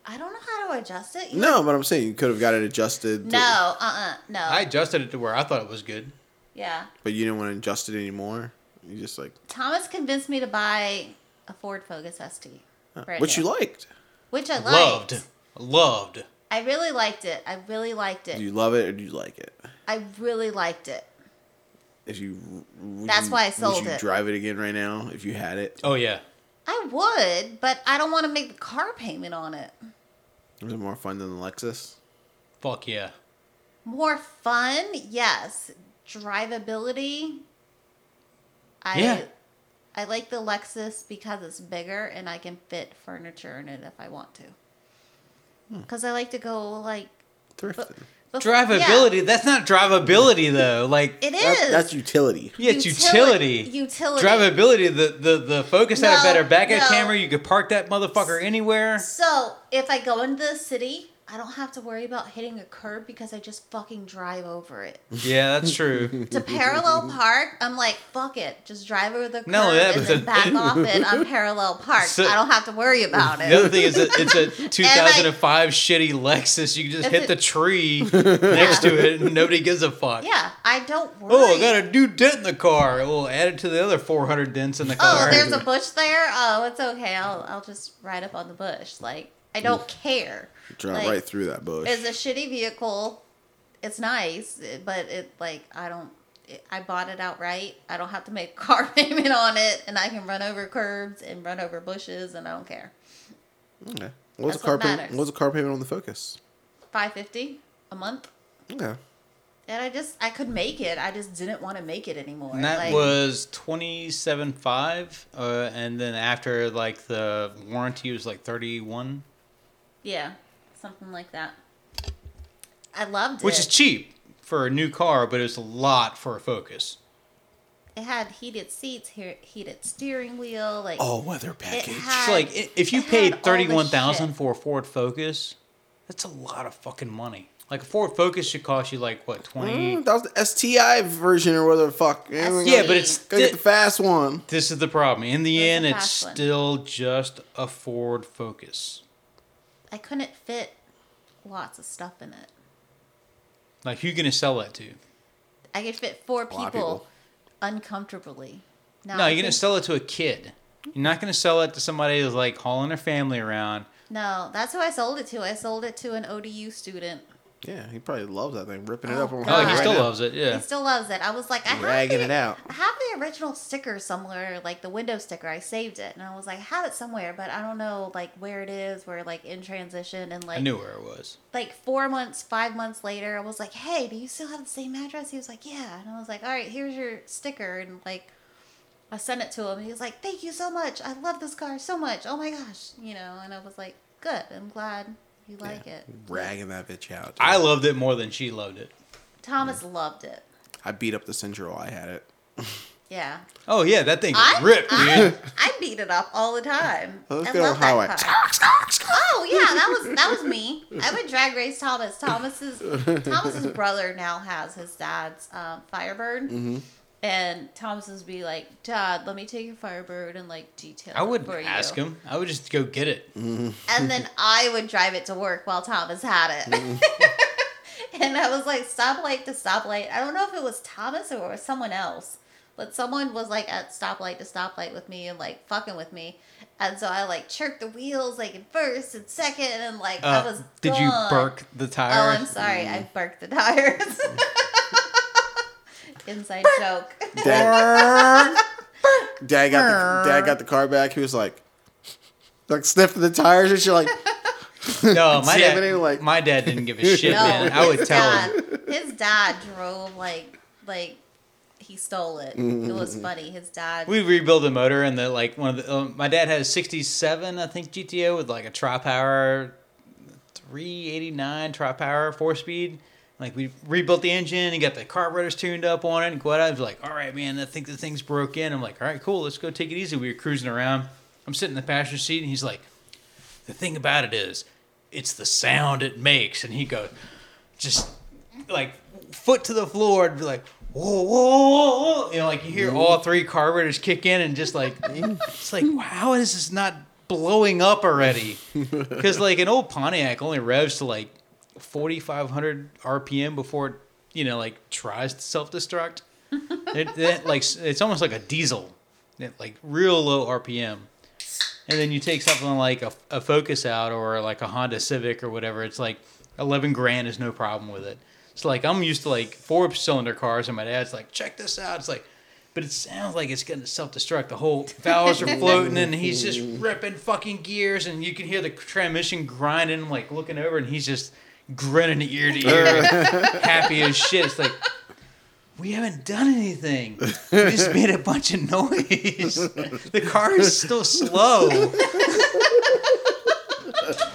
G: I don't know how to adjust it. You-
B: No, but I'm saying you could have got it adjusted. to-
G: No, uh uh no.
C: I adjusted it to where I thought it was good.
G: yeah.
B: but you didn't want to adjust it anymore. You just like,
G: Thomas convinced me to buy a Ford Focus ST. brand
B: which you
G: new,
B: liked.
G: Which I liked.
C: Loved. Loved.
G: I really liked it. I really liked it.
B: Do you love it or do you like it?
G: I really liked it.
B: If you, would
G: That's
B: you-
G: why I sold
B: would you
G: it.
B: drive it again right now if you had it?
C: Oh, yeah.
G: I would, but I don't want to make the car payment on it.
B: Was it more fun than the Lexus?
C: Fuck yeah.
G: More fun, yes. Drivability. I
C: Yeah.
G: I like the Lexus because it's bigger and I can fit furniture in it if I want to.
B: Hmm.
G: Because I like to go like
B: Thrifting.
G: bef-
C: Drivability. That's not drivability, though. Like,
G: Yeah, it
B: That-
G: is.
B: that's utility.
C: yeah, it's
G: Utili-
C: utility.
G: utility.
C: Drivability. The, the, the Focus had
G: No,
C: a better back end
G: no.
C: camera. You could park that motherfucker anywhere.
G: So if I go into the city, I don't have to worry about hitting a curb because I just fucking drive over it.
C: Yeah, that's true.
G: to parallel park, I'm like, fuck it, just drive over the curb
C: No, yeah,
G: and
C: but
G: then
C: the-
G: back off it on parallel park.
C: So-
G: I don't have to worry about
C: The other
G: it.
C: thing is that it's a 2005 shitty Lexus. You can just
G: If
C: hit
G: it-
C: the tree next to it and nobody gives a fuck.
G: Yeah, I don't worry.
C: Oh, I got a new dent in the car. We'll add it to the other 400 dents in the
G: Oh,
C: car.
G: there's a bush there. Oh, it's okay. I'll I'll just ride up on the bush. Like I don't care.
B: Drive
G: Like,
B: right through that bush.
G: It's a shitty vehicle. It's nice, but it like I don't. It, I bought it outright. I don't have to make a car payment on it, and I can run over curbs and run over bushes, and I don't care.
B: Okay. What was
G: That's
B: the car
G: what
B: payment?
G: matters.
B: What was the car payment on the Focus?
G: Five fifty a month,
B: Okay.
G: and I just I could make it. I just didn't want to make it anymore.
C: And that
G: Like,
C: was 27.5. Uh, and then after, like, the warranty was like 31,
G: yeah, something like that. I loved
C: which
G: it.
C: is cheap for a new car, but it's a lot for a Focus.
G: it had heated seats, he- heated steering wheel, like
C: Oh.
B: All weather package.
G: had-
C: It's like i- if you
G: it had all
C: paid
G: the
C: thirty-one thousand
G: shit.
C: for a Ford Focus, that's a lot of fucking money. Like a Ford Focus should cost you like what twenty?
B: Mm, that was the STI version or whatever the fuck. Yeah, we
G: STI.
C: Yeah, but it's
B: Go get the fast one.
C: this is the problem. In the
G: Those are
C: end, it's
G: fast ones.
C: still just a Ford Focus.
G: I couldn't fit lots of stuff in it.
C: Like who you gonna sell that to?
G: I could fit four people,
B: lot of people.
G: uncomfortably. Now
C: No,
G: I
C: you're gonna
G: think-
C: sell it to a kid. You're not gonna sell it to somebody who's like hauling their family around.
G: No, that's who I sold it to. I sold it to an ODU student.
B: Yeah, he probably loves that thing, ripping it
G: Oh,
B: up. on
G: God.
C: Oh,
B: him
C: he
B: right
C: still
B: now.
C: loves it.
G: He
C: Yeah.
G: still loves it. I was like, I have
B: Ragging
G: the,
B: it out.
G: I have the original sticker somewhere, like the window sticker. I saved it, and I was like, I have it somewhere, but I don't know like where it is. We're like in transition, and
C: I
G: like
C: knew where it was.
G: like four months, five months later, I was like, "Hey, do you still have the same address?" He was like, "Yeah," and I was like, "All right, here's your sticker," and like, I sent it to him, and he was like, "Thank you so much. I love this car so much. Oh my gosh, you know." And I was like, "Good. I'm glad you like it."
B: Ragging that bitch out. dude.
C: I loved it more than she loved it.
G: Thomas loved it.
B: I beat up the Central. I had it.
G: Yeah,
C: Oh yeah, that thing
G: I
C: ripped,
G: I,
C: dude.
G: I beat it up all the time.
B: Let's
G: I
B: go
G: love
B: highway.
G: that car. Oh yeah, that was that was me. I would drag race Thomas. Thomas's Thomas's brother now has his dad's um, Firebird,
B: Mm-hmm.
G: and Thomas would be like, "Dad, let me take your Firebird and like detail."
C: I
G: it
C: wouldn't
G: for
C: ask
G: you."
C: him. I would just go get it.
G: And then I would drive it to work while Thomas had
C: Mm.
G: it. and I was like, "Stoplight to stoplight." I don't know if it was Thomas or it was someone else, But someone was like at stoplight to stoplight with me and like fucking with me, and so I like chirped the wheels like in first and second, and like I
C: Uh,
G: was.
C: did you
G: gone.
C: burk the Mm.
G: Oh,
C: tire?
G: I'm sorry, I burked the tires. Inside joke.
B: Dad, Dad got the, Dad got the car back. He was like, like sniffing the tires and shit. Like,
C: No, my
B: Damn
C: dad,
B: it, like-
C: my dad didn't give a shit, man. I would
G: his
C: tell
G: dad,
C: him.
G: His dad drove like like he stole it. It was
C: Mm-hmm.
G: funny. His dad.
C: We rebuilt a motor, and the like one of the. Um, my dad had a '67, I think, GTO with like a tri power, 389 tri power four speed. Like we rebuilt the engine and got the carburetors tuned up on it. And go out, I was like, "All right, man, I think the thing's broke in." I'm like, "All right, cool, let's go take it easy." We were cruising around. I'm sitting in the passenger seat, and he's like, "The thing about it is, it's the sound it makes." And he goes, just like foot to the floor and be like, whoa, whoa, whoa, whoa. You know, like you hear all three carburetors kick in and just like, it's like, how is this not blowing up already? Because like an old Pontiac only revs to like 4,500 RPM before it, you know, like tries to self destruct. it, it, like it's almost like a diesel, It, like real low RPM. And then you take something like a, a Focus out or like a Honda Civic or whatever. It's like eleven grand is no problem with it. It's like I'm used to like four cylinder cars, and my dad's like, check this out. It's like, but it sounds like it's gonna self destruct. The whole valves are floating, and he's just ripping fucking gears, and you can hear the transmission grinding. I'm like looking over, and he's just grinning ear to ear, happy as shit. It's like. We haven't done anything. We just made a bunch of noise. The car is still slow.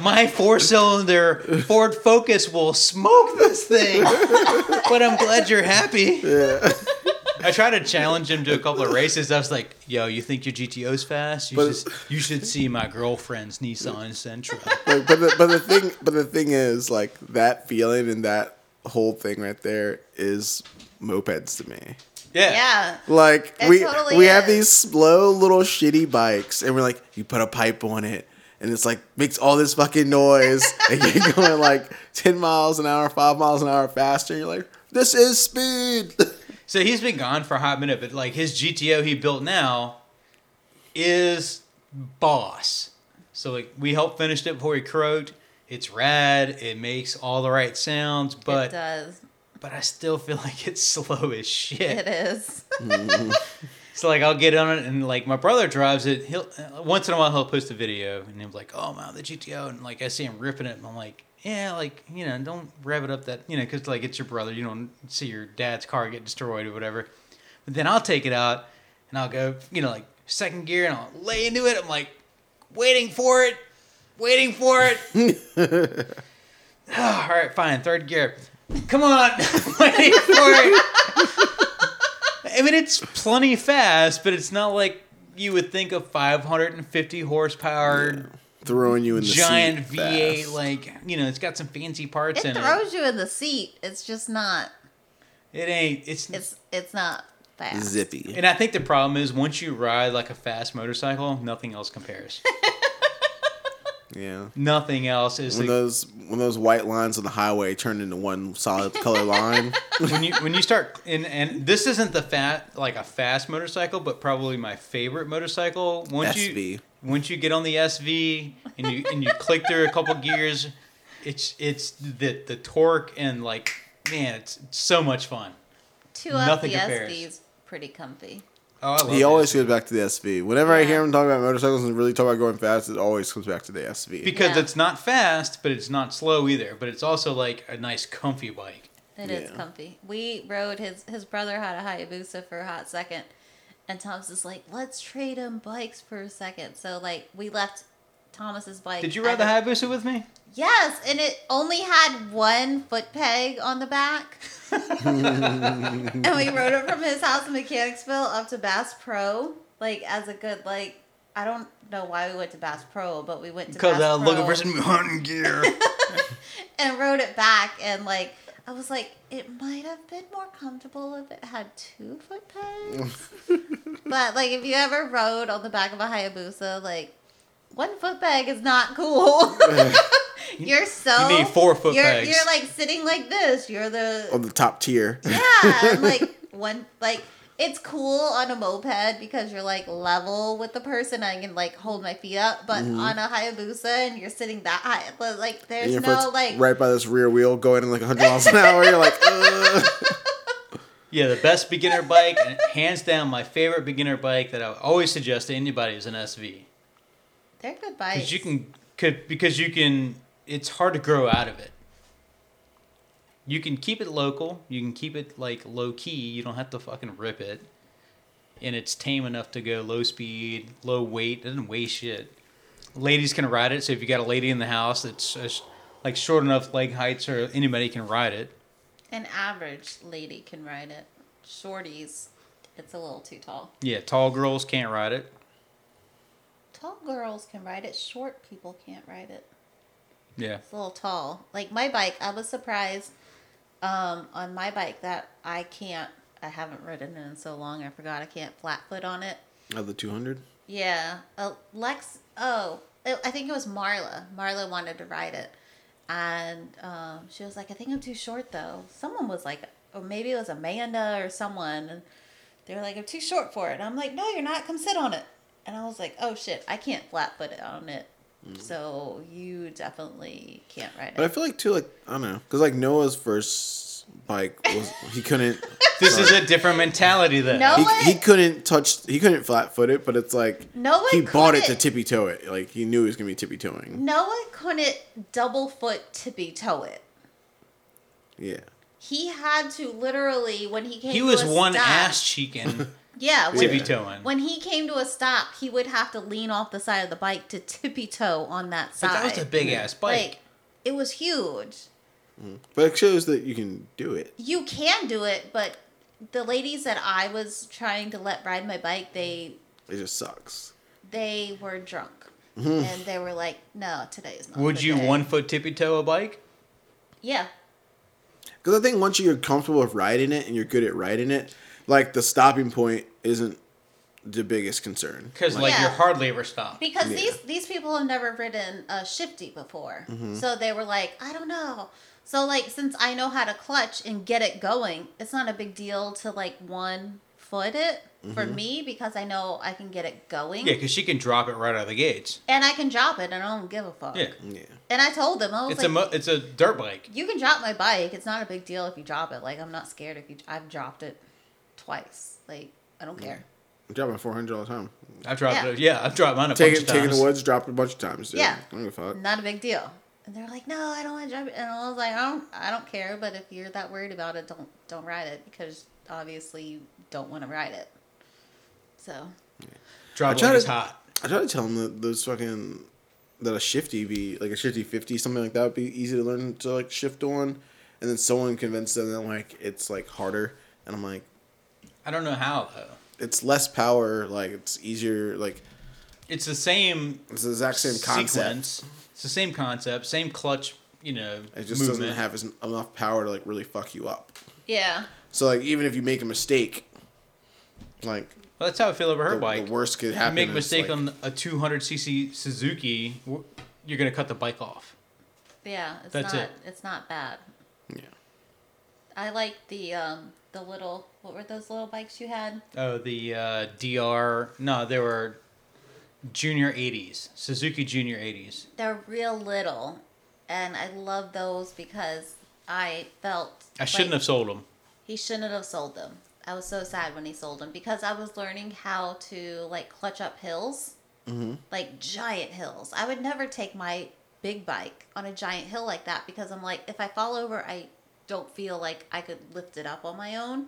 C: My four cylinder Ford Focus will smoke this thing. But I'm glad you're happy. I tried to challenge him to a couple of races. I was like, yo, you think your GTO's fast? You,
B: But-
C: just, you should see my girlfriend's Nissan Sentra.
B: like, but the, but the thing but the thing is like that feeling and that whole thing right there is mopeds to me.
C: Yeah.
G: yeah.
B: Like
G: It
B: we
G: totally
B: we have
G: is.
B: these slow little shitty bikes, and we're like, you put a pipe on it, and it's like makes all this fucking noise, and you're going like ten miles an hour, five miles an hour faster. And you're like, this is speed.
C: So he's been gone for a hot minute, but like his GTO he built now is boss. So like we helped finish it before he croaked. It's rad. It makes all the right sounds,
G: it
C: but
G: does.
C: but I still feel like it's slow as
G: It
C: shit.
G: is.
C: So like I'll get on it and like my brother drives it. He'll uh, once in a while he'll post a video and he'll be like, "Oh man, the GTO," and like I see him ripping it, and I'm like, "Yeah, like you know, don't rev it up that you know, because like it's your brother. You don't see your dad's car get destroyed or whatever." But then I'll take it out and I'll go, you know, like second gear and I'll lay into it. I'm like, waiting for it, waiting for it. Ah, all right, fine, third gear. Come on, waiting for it. I mean, it's plenty fast, but it's not like you would think a 550 horsepower
B: Throwing you in the
C: giant
B: seat
C: V8.
B: fast.
C: Like, you know, it's got some fancy parts
G: It
C: in it.
G: throws you in the seat. It's just not.
C: It ain't. It's,
G: It's it's not fast.
B: zippy.
C: And I think the problem is once you ride like a fast motorcycle, nothing else compares.
B: Yeah.
C: nothing else is
B: When
C: like,
B: those when those white lines on the highway turn into one solid color line.
C: when you when you start and and this isn't the fat like a fast motorcycle, but probably my favorite motorcycle. Once you
B: SV.
C: once you get on the SV and you and you click through a couple gears, it's it's the the torque and like man, it's, it's so much fun.
G: Two
C: Nothing
G: of the
C: compares.
G: SVs pretty comfy.
C: Oh, I love
B: He
C: the
B: always
C: SV.
B: goes back to the SV. Whenever I hear him talk about motorcycles and really talk about going fast, it always comes back to the SV.
C: because
G: Yeah.
C: it's not fast, but it's not slow either. But it's also like a nice comfy bike.
G: It is
B: Yeah.
G: comfy. We rode his his brother had a Hayabusa for a hot second, and Tom's just like, let's trade him bikes for a second. So like we left Thomas's bike.
C: Did you
G: at
C: ride the
G: his-
C: Hayabusa with me?
G: Yes, and it only had one foot peg on the back. and we rode it from his house in Mechanicsville up to Bass Pro, like as a good like. I don't know why we went to Bass Pro, but we went to
C: Because
G: Bass
C: I was
G: Pro
C: looking for some hunting gear.
G: and rode it back and like I was like, it might have been more comfortable if it had two foot pegs. but like if you ever rode on the back of a Hayabusa, like one foot peg is not cool. you're so
C: You need four foot
G: you're,
C: pegs.
B: Oh,
G: You're like sitting like this. You're the
B: On the top tier.
G: yeah, and, like one like it's cool on a moped because you're like level with the person. I can like hold my feet up, but on a Hayabusa and you're sitting that high, but, like there's
B: Mm-hmm. and if
G: no
B: it's
G: like
B: right by this rear wheel going like 100 miles an hour, you're like, Ugh.
C: Yeah, the best beginner bike, and hands down, my favorite beginner bike that I always suggest to anybody is an SV
G: they're good
C: because
G: bikes.
C: you can could because you can. It's hard to grow out of it. You can keep it local. You can keep it like low key. You don't have to fucking rip it, and it's tame enough to go low speed, low weight. It doesn't weigh shit. Ladies can ride it. So if you got a lady in the house that's uh, sh- like short enough leg heights, or anybody can ride it.
G: An average lady can ride it. Shorties, it's a little too tall.
C: Yeah, tall girls can't ride it.
G: Tall girls can ride it. Short people can't ride it.
C: Yeah,
G: It's a little tall. Like my bike, I was surprised um, on my bike that I can't. I haven't ridden it in so long. I forgot I can't flat foot on it.
B: of the 200?
G: Yeah, uh, Lex. Oh, I I think it was Marla. Marla wanted to ride it, and um, she was like, "I think I'm too short, though." Someone was like, or maybe it was Amanda or someone, and they were like, "I'm too short for it." And I'm like, "No, you're not. Come sit on it." And I was like, "Oh shit, I can't flat foot on it." So you definitely can't ride
B: Mm-hmm. But I
G: it.
B: feel like, too, like, I don't know. Because, like, Noah's first bike was, he couldn't.
C: this
B: sorry.
C: is a different mentality though.
G: No,
B: he,
G: What?
B: he couldn't touch he couldn't flat foot it but it's like
G: No one
B: he bought it to
G: couldn't.
B: tippy toe it like he knew he was gonna be tippy toeing
G: Noah couldn't double foot tippy toe it.
B: yeah
G: He had to literally when he came.
C: He
G: to
C: was
G: a
C: one
G: stop-
C: ass cheek and
G: Yeah, when
C: tippy
B: Yeah.
C: toeing. But
G: When he came to a stop, he would have to lean off the side of the bike to tippy toe on that side.
C: that was a big ass bike.
G: Like, it was huge.
B: but it shows that you can do it
G: You can do it, but the ladies that I was trying to let ride my bike, they
B: it just sucks
G: they were drunk. and they were like, "No, today is not."
C: Hmm. Would
G: the
C: you
G: day."
C: one foot tippy toe a bike?
G: Yeah,
B: because i think once you're comfortable with riding it and you're good at riding it like the stopping point isn't the biggest concern
C: Because like
G: Yeah.
C: you're hardly ever stopped.
G: because
B: Yeah.
G: these these people have never ridden a shifty before,
C: Mm-hmm.
G: so they were like, "I don't know." So like, since I know how to clutch and get it going, it's not a big deal to like one foot it for me because I know I can get it going,
C: Mm-hmm. Yeah, because she can drop it right out of the gates.
G: and I can drop it, and I don't give a fuck.
C: Yeah,
B: yeah
G: And I told them, I was
C: it's
G: like,
C: a mo- it's a dirt bike.
G: "You can drop my bike. It's not a big deal if you drop it. Like, I'm not scared if you. I've dropped it twice. Like, I don't care."
B: i'm dropping 400 all the time
C: I've dropped
G: Yeah.
C: it. Yeah, I've dropped mine a
B: take it
C: bunch of
B: take it
C: times.
B: in the woods drop it a bunch of times dude.
G: Yeah.
B: i don't give a fuck
G: not a big deal. And they're like, no, I don't want to drive it. And I was like, I don't, I don't care. But if you're that worried about it, don't, don't ride it because obviously you don't want to ride it. So
C: Drop
B: I
C: it
B: tried
C: when it's
B: to-
C: hot.
B: i try to tell him that those fucking that a shifty be like a shifty 50 something like that would be easy to learn to like shift on and then someone convinced them that like it's like harder and i'm like
C: I don't know how though.
B: it's less power like it's easier like
C: It's the same
B: it's the exact same concept
C: sequence. It's the same concept, same clutch. You know,
B: it just
C: movement.
B: doesn't have as, enough power to like really fuck you up
G: yeah,
B: so like even if you make a mistake like
C: Well, that's how I feel over her
B: the,
C: bike.
B: the worst could happen
C: you make a
B: is,
C: mistake
B: like-
C: on a 200cc Suzuki, w- you're gonna cut the bike off.
G: yeah, it's
C: That's
G: not,
C: it.
G: it's not bad.
B: yeah
G: I like the, um, the little, what were those little bikes you had?
C: Oh, the uh, DR. No, they were Junior 80s. Suzuki Junior 80s.
G: They're real little, and I love those because I felt
C: I shouldn't
G: like-
C: have sold them.
G: He shouldn't have sold them. I was so sad when he sold them because I was learning how to like clutch up hills,
B: Mm-hmm.
G: like giant hills. I would never take my big bike on a giant hill like that because I'm like, if I fall over, I don't feel like I could lift it up on my own.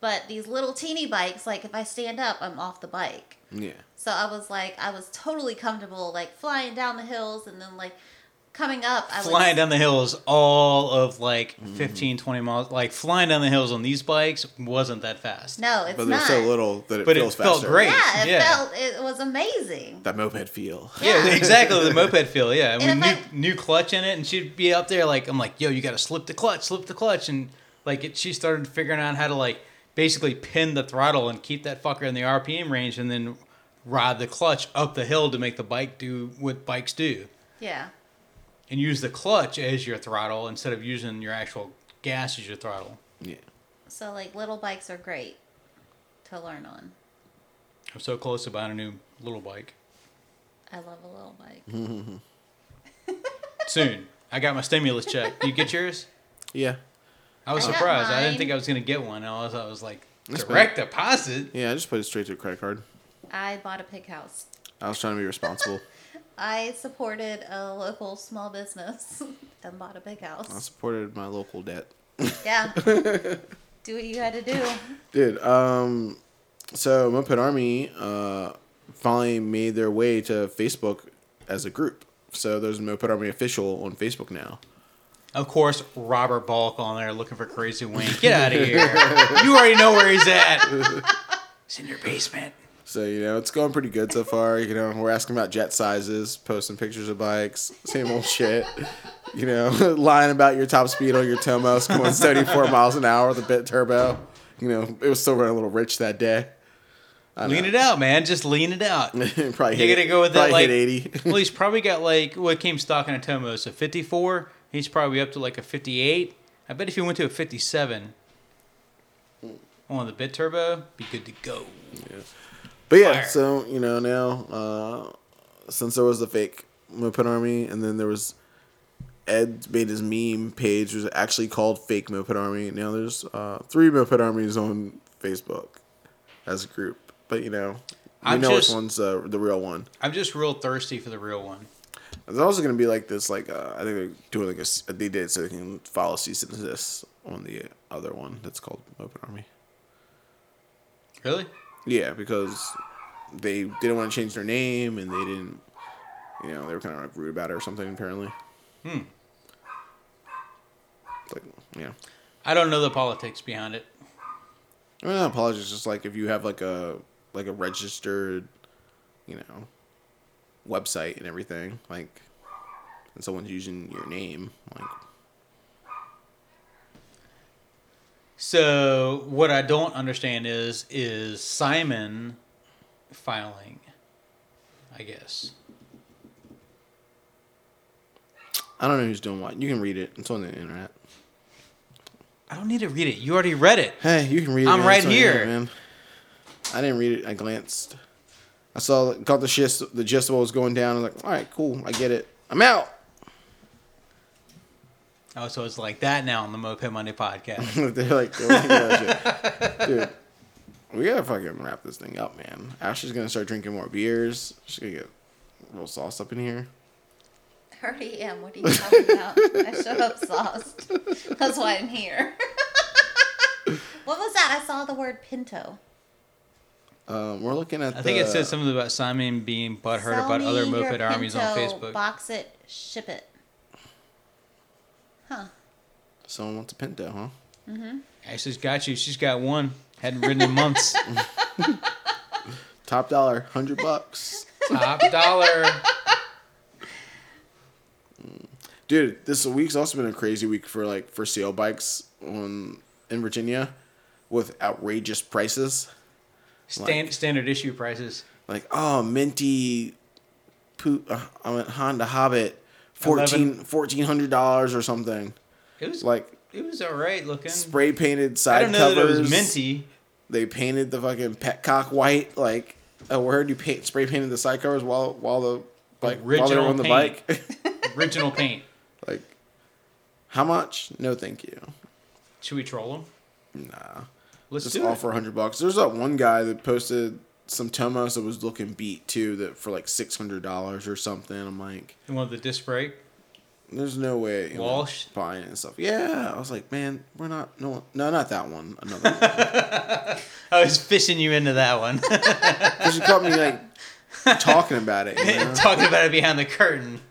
G: But these little teeny bikes, like if I stand up, I'm off the bike.
B: yeah
G: So I was like, I was totally comfortable, like flying down the hills and then like coming up. I
C: Flying
G: was,
C: down the hills, all of like 15, 20 miles. Like flying down the hills on these bikes wasn't that fast.
G: No, it's
B: but they're
G: not.
B: so little that it
C: But it
B: feels
C: felt
B: faster
C: great.
G: Yeah, it
C: Yeah.
G: felt it was amazing.
B: that moped feel
C: Yeah, exactly. The moped feel. Yeah, and
G: And
C: with
G: if
C: new, new clutch in it, and she'd be up there like, I'm like, yo, you got to slip the clutch, slip the clutch, and like it, she started figuring out how to like basically pin the throttle and keep that fucker in the RPM range, and then ride the clutch up the hill to make the bike do what bikes do,
G: Yeah.
C: and use the clutch as your throttle instead of using your actual gas as your throttle.
B: yeah
G: So like little bikes are great. to learn on.
C: I'm so close to buying a new little bike
G: I love a little bike.
C: soon. I got my stimulus check. You get yours?
B: Yeah.
C: I was
G: I got
C: surprised. I didn't
G: mine.
C: think I was gonna get one. I was, I was like,
B: That's
C: direct deposit.
B: Yeah, I just put it straight to a credit card.
G: I bought a pig house.
B: I was trying to be responsible.
G: I supported a local small business and bought a big
B: I
G: house.
B: supported my local debt.
G: Yeah. do what you had to do.
B: Dude, um, so Moped Army uh, finally made their way to Facebook as a group. So there's Moped Army official on Facebook now.
C: Of course, Robert Balk on there looking for Crazy Wayne. Get out of here. you already know where he's at. He's in your basement.
B: So you know it's going pretty good so far. You know we're asking about jet sizes, posting pictures of bikes, same old shit. You know lying about your top speed on your Tomos going 74 miles an hour with a bit turbo. You know it was still running a little rich that day. I
C: Lean it out, man. Just lean it out. Well,
B: it. probably
C: You
B: hit-
C: gotta go with that,
B: probably hit 80.
C: he's probably got like what came stock in a Tomo, so 54. He's probably up to like a 58. I bet if he went to a 57 on the bit turbo, be good to go.
B: But yeah,
C: Fire.
B: so you know now, uh, since there was the fake Moped Army, and then there was Ed made his meme page was actually called Fake Moped Army. Now there's uh, three Moped Armies on Facebook as a group, but you know, we
C: I'm
B: know
C: just-
B: which one's uh, the real one.
C: I'm just real thirsty for the real one.
B: There's also gonna be like this, like uh, I think they're doing like a s- they did so they can follow cease and desist on the other one that's called Moped Army.
C: Really?
B: Yeah, because they didn't want to change their name and they didn't, you know, they were kind of like rude about it or something, apparently. Hmm. Like, yeah.
C: I don't know the politics behind it.
B: I mean, not apologies, just like if you have like a, like a registered, you know, website and everything, like, and someone's using your name, like,
C: So what I don't understand is is Simon filing, I guess.
B: I don't know who's doing what. You can read it. It's on the internet.
C: I don't need to read it. You already read it.
B: Hey, you can read it.
C: I'm
B: man.
C: right
B: It's on the
C: here.
B: internet, man. I didn't read it. I glanced. I saw, got the gist, the gist of what was going down. I was like, all right, cool. I get it. I'm out.
C: Oh, so it's like that now on the Moped Monday podcast.
B: They're like, they're like, yeah, shit. dude, we gotta fucking wrap this thing up, man. Ashley's gonna start drinking more beers. She's gonna get real sauce up in here.
G: I already am. What are you talking about? I showed up sauced. That's why I'm here. what was that? I saw the word pinto.
B: Um, we're looking at.
C: I think
B: the,
C: it said something about Simon being butthurt
G: Sell
C: about
G: me
C: other
G: your
C: Moped armies on
G: Pinto,
C: Facebook.
G: Box it, ship it. Huh.
B: Someone wants a pinto, huh?
C: Ashley's got you. She's got one. Hadn't ridden in months.
B: Top dollar, hundred bucks.
C: Top dollar.
B: dude this week's also been a crazy week for like for sale bikes on in virginia with outrageous prices
C: Stan- standard issue prices.
B: like oh minty poop uh, i mean honda hobbit 14 $1400 or something
C: It was like
B: like
C: it was all right looking.
B: spray painted side
C: I don't know
B: covers
C: that it was minty.
B: they painted the fucking petcock white like oh, where you paint spray painted the side covers while while the like while they were
C: Original
B: on the
C: paint.
B: bike
C: Original paint.
B: like how much no thank you
C: Should we troll him?
B: nah
C: Let's
B: just
C: do it.
B: offer a hundred bucks. There's that one guy that posted some Tomos that was looking beat too, that for like six hundred dollars or something. I'm like,
C: You want the disc brake?
B: there's no way. you know,
C: Walsh?
B: buying it and stuff. Yeah, I was like, man, we're not. No, no, not that one. Another one.
C: I was fishing you into that one.
B: 'Cause you caught me like talking about it. You know?
C: Talking about it behind the curtain.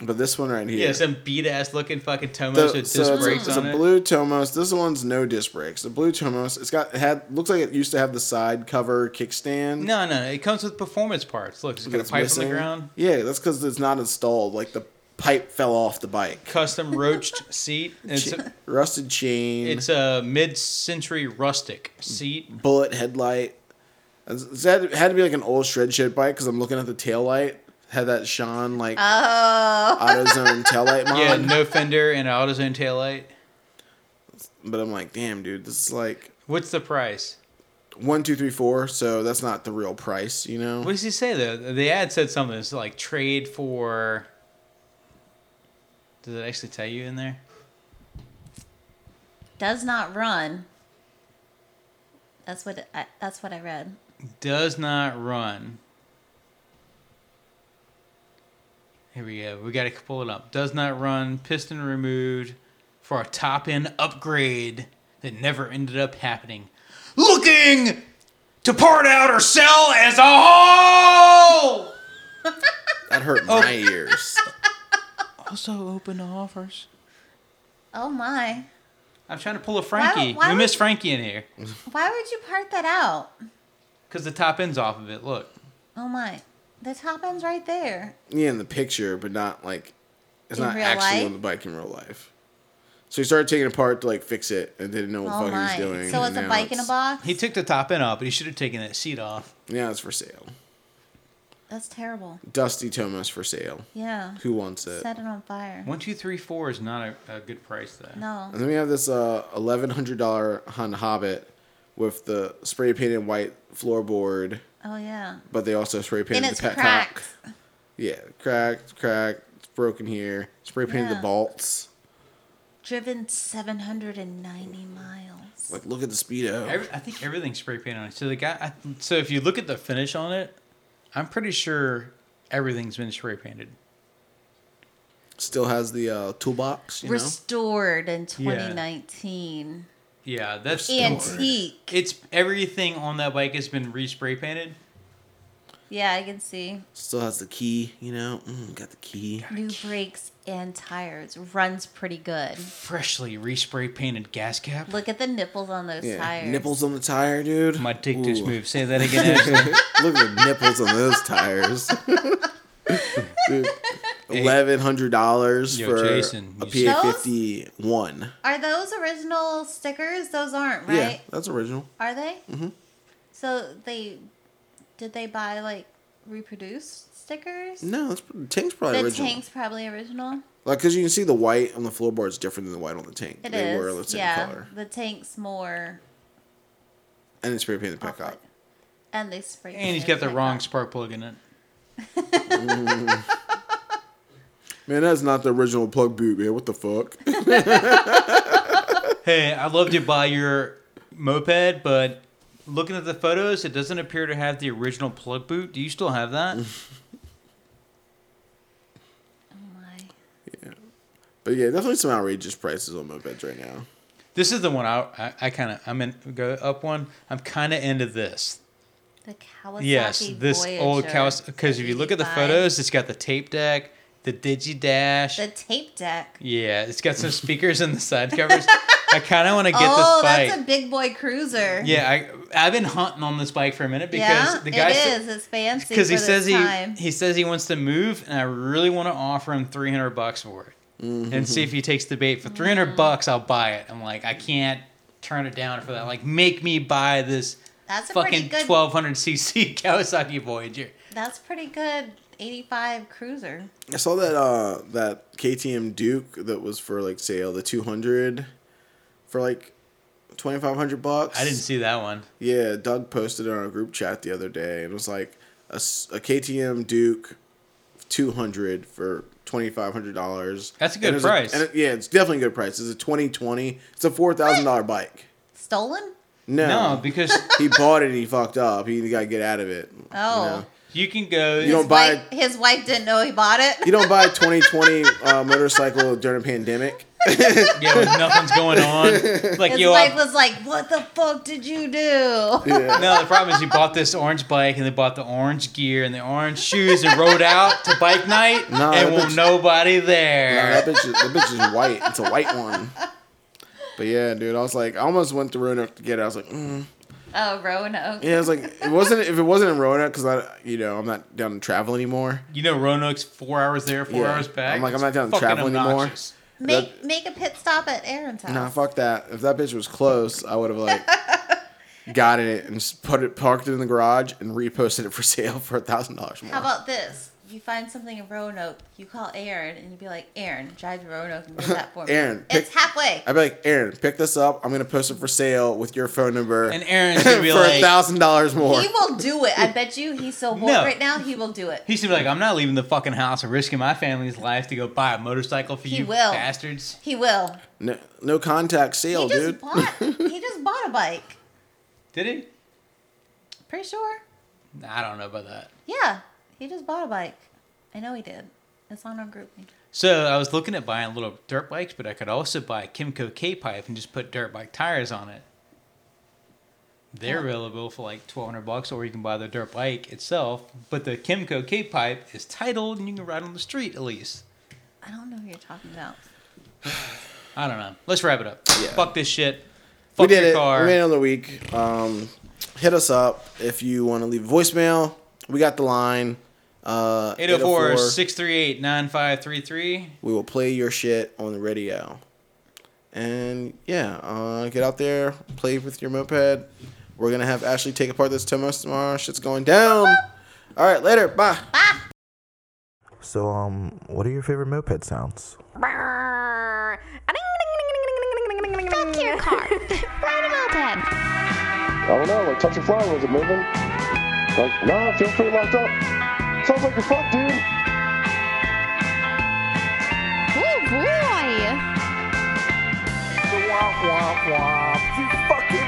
B: But this one right here.
C: Yeah, some beat ass looking fucking Tomos
B: The-
C: with disc
B: so it's,
C: brakes
B: it's
C: on
B: a
C: it.
B: blue Tomos. This one's no disc brakes. The blue Tomos. It's got it had looks like it used to have the side cover kickstand.
C: No, no, it comes with performance parts. Look, it's got a
B: that's
C: pipe on
B: missing.
C: the ground,
B: Yeah, that's because it's not installed. Like the pipe fell off the bike.
C: custom roached seat. It's a,
B: rusted chain,
C: it's a mid-century rustic seat.
B: bullet headlight. It's- It had to be like an old shred shed bike because I'm looking at the tail light. Had that Sean like
G: Oh.
B: AutoZone tail light mod,
C: Yeah, no fender and an AutoZone taillight.
B: but I'm like, damn, dude, this is like
C: What's the price?
B: One, two, three, four. So that's not the real price, you know.
C: What does he say though? The ad said something. It's like trade for. Does it actually tell you in there?
G: Does not run. That's what I, that's what I read.
C: Does not run. Here we go. We got to pull it up. Does not run. Piston removed for a top end upgrade that never ended up happening. Looking to part out or sell as a whole.
B: That hurt
C: Oh.
B: my ears.
C: Also open to offers.
G: Oh my!
C: I'm trying to pull a Frankie.
G: why
C: we
G: would-
C: missed Frankie in here
G: Why would you part that out?
C: because the top end's off of it. Look.
G: Oh my! The top end's right there.
B: Yeah, in the picture, but not like it's
G: In
B: not
G: real
B: actually
G: life?
B: on the bike in real life. So he started taking it apart to like fix it, and didn't know what the
G: Oh
B: fuck
G: my!
B: he was doing.
G: So
B: and
G: it's a
B: now
G: bike in a box.
C: He took the top end off, but he should have taken that seat off.
B: Yeah, it's for sale.
G: That's terrible.
B: Dusty Tomas for sale.
G: Yeah.
B: Who wants it?
G: Set it on fire.
C: One, two, three, four is not a, a good price though.
G: No.
B: And then we have this uh, eleven hundred dollar Honda Hobbit with the spray painted white floorboard,
G: Oh yeah.
B: but they also spray painted
G: And
B: the
G: it's
B: pet
G: cracked.
B: cock. Yeah, cracked, cracked, it's broken here. Spray painted the
G: Yeah.
B: bolts.
G: Driven 790 miles.
B: Like, look at the speedo.
C: Every, I think everything's spray painted on it. So the guy, I, so if you look at the finish on it, I'm pretty sure everything's been spray painted.
B: Still has the uh, toolbox. You know,
G: Restored in 2019.
C: Yeah, that's
G: Antique.
C: It's everything on that bike has been re-spray painted.
G: Yeah, I can see.
B: still has the key. You know, mm, got the key.
G: New brakes and tires. Runs pretty good.
C: Freshly re-spray painted gas cap.
G: Look at the nipples on those
B: Yeah,
G: tires.
B: nipples on the tire, dude.
C: My dick this
B: Ooh.
C: move. Say that again. Ashley.
B: Look at the nipples on those tires. Eleven hundred dollars
C: Yo,
B: for
C: Jason,
B: a
C: you-
B: PA fifty one.
G: Are those original stickers? Those aren't,
B: Yeah,
G: right?
B: that's original.
G: Are they? Mm-hmm. So they. Did they buy, like, reproduced stickers?
B: No, that's the tank's probably
G: The
B: original.
G: tank's probably original.
B: Like, cause you can see the white on the floorboard is different than the white on the tank.
G: It is,
B: they were the same
G: yeah,
B: color,
G: the tank's more.
B: and it's spray painted back
G: off-white.
B: up.
G: And they spray.
C: and he's
G: painted
C: got the
G: black
C: wrong
G: up.
C: spark plug in it.
B: Man, that's not the original plug boot, man. What the fuck?
C: Hey, I'd love to buy your moped, but looking at the photos, it doesn't appear to have the original plug boot. Do you still have that?
G: Oh my.
B: but yeah, definitely some outrageous prices on mopeds right now.
C: This is the one I I, I kind of I'm in go up one. I'm kind of into this.
G: The Kawasaki.
C: yes, this old Kawasaki. Because if you look at the
G: 85.
C: photos, it's got the tape deck, the digi dash.
G: The tape deck.
C: yeah, it's got some speakers in the side covers. I kind of want to get
G: oh,
C: this bike.
G: that's a big boy cruiser.
C: yeah, I I've been hunting on this bike for a minute because
G: yeah,
C: the guy
G: it
C: sa-
G: is. It's fancy.
C: because he
G: for this
C: says
G: time.
C: he he says he wants to move, and I really want to offer him three hundred bucks for it,
B: Mm-hmm.
C: and see if he takes the bait. For three hundred bucks, I'll buy it. I'm like, I can't turn it down for that. Like, make me buy this
G: That's a pretty
C: fucking
G: good.
C: twelve hundred cc Kawasaki Voyager.
G: That's pretty good. 85 cruiser.
B: I saw that uh that KTM Duke that was for like sale, the two hundred for like twenty five hundred bucks.
C: I didn't see that one.
B: Yeah, Doug posted it on a group chat the other day and it was like a, s- a KTM Duke 200 for $2,500.
C: That's a
B: And
C: good
B: it's
C: price.
B: and it- yeah, it's definitely a good price. It's a 2020. It's a $4,000 bike.
G: Stolen?
B: No.
C: No, because
B: he bought it and he fucked up. He got to get out of it.
G: Oh.
B: You, know?
C: you can go.
B: You don't buy
G: Wife, his wife didn't know he bought it.
B: you don't buy a 2020 uh, motorcycle during a pandemic.
C: yeah, when nothing's going on. Like,
G: His
C: yo,
G: wife
C: I-
G: was like, "What the fuck did you do?"
B: Yeah.
C: No, the problem is you bought this orange bike and they bought the orange gear and the orange shoes and rode out to bike night
B: No,
C: and
B: that
C: won't
B: bitch-
C: nobody
B: Nah,
C: there.
B: that bitch, is, that bitch is white. It's a white one. But yeah, dude, I was like, I almost went to Roanoke to get it. I was like, mm.
G: Oh, Roanoke.
B: yeah, I was like, it wasn't if it wasn't in Roanoke because I, you know, I'm not down to travel anymore.
C: you know, Roanoke's four hours there, four
B: Yeah.
C: hours back.
B: I'm like, I'm not down to
C: Fucking
B: travel anymore.
C: obnoxious.
G: Make make a pit stop at Aaron's house.
B: Nah, fuck that. If that bitch was close, I would have like got it and just put it, parked it in the garage, and reposted it for sale for a thousand dollars more.
G: How about this? you find something in Roanoke, you call Aaron and you'd be like, Aaron, drive to Roanoke and get that for me.
B: Aaron,
G: it's
B: pick-
G: halfway.
B: I'd be like, Aaron, pick this up. I'm gonna post it for sale with your phone number
C: And Aaron's gonna be
B: for a
C: like,
B: thousand dollars more.
G: He will do it. I bet you he's so bored
C: No.
G: right now, he will do it.
C: He should be like, I'm not leaving the fucking house and risking my family's life to go buy a motorcycle for
G: He
C: you
G: will.
C: bastards.
G: He will.
B: No, no contact sale,
G: he just
B: dude.
G: bought he just bought a bike.
C: Did he?
G: Pretty sure.
C: I don't know about that.
G: Yeah. He just bought a bike. I know he did. It's on our group.
C: So I was looking at buying little dirt bikes, but I could also buy Kimco K pipe and just put dirt bike tires on it. They're available for like twelve hundred bucks, or you can buy the dirt bike itself. But the Kimco K pipe is titled, and you can ride on the street at least.
G: I don't know who you're talking about.
C: I don't know. Let's wrap it up.
B: Yeah.
C: Fuck this shit. Fuck
B: we did
C: your
B: it.
C: car.
B: We made it on the week. Um, hit us up if you want to leave a voicemail. We got the line. Uh,
C: 804
B: 804.
C: 638 9533.
B: We will play your shit on the radio. And yeah, uh, get out there, play with your moped. We're gonna have Ashley take apart this Tomos tomorrow. Shit's going down. All right, later. Bye.
J: So, um, what are your favorite moped sounds?
D: Fuck your car. right about that.
E: I don't know, like touching flowers and moving. Like, nah, feel pretty locked up. Sounds like you're fucked, dude.
D: Oh boy.
J: You fucking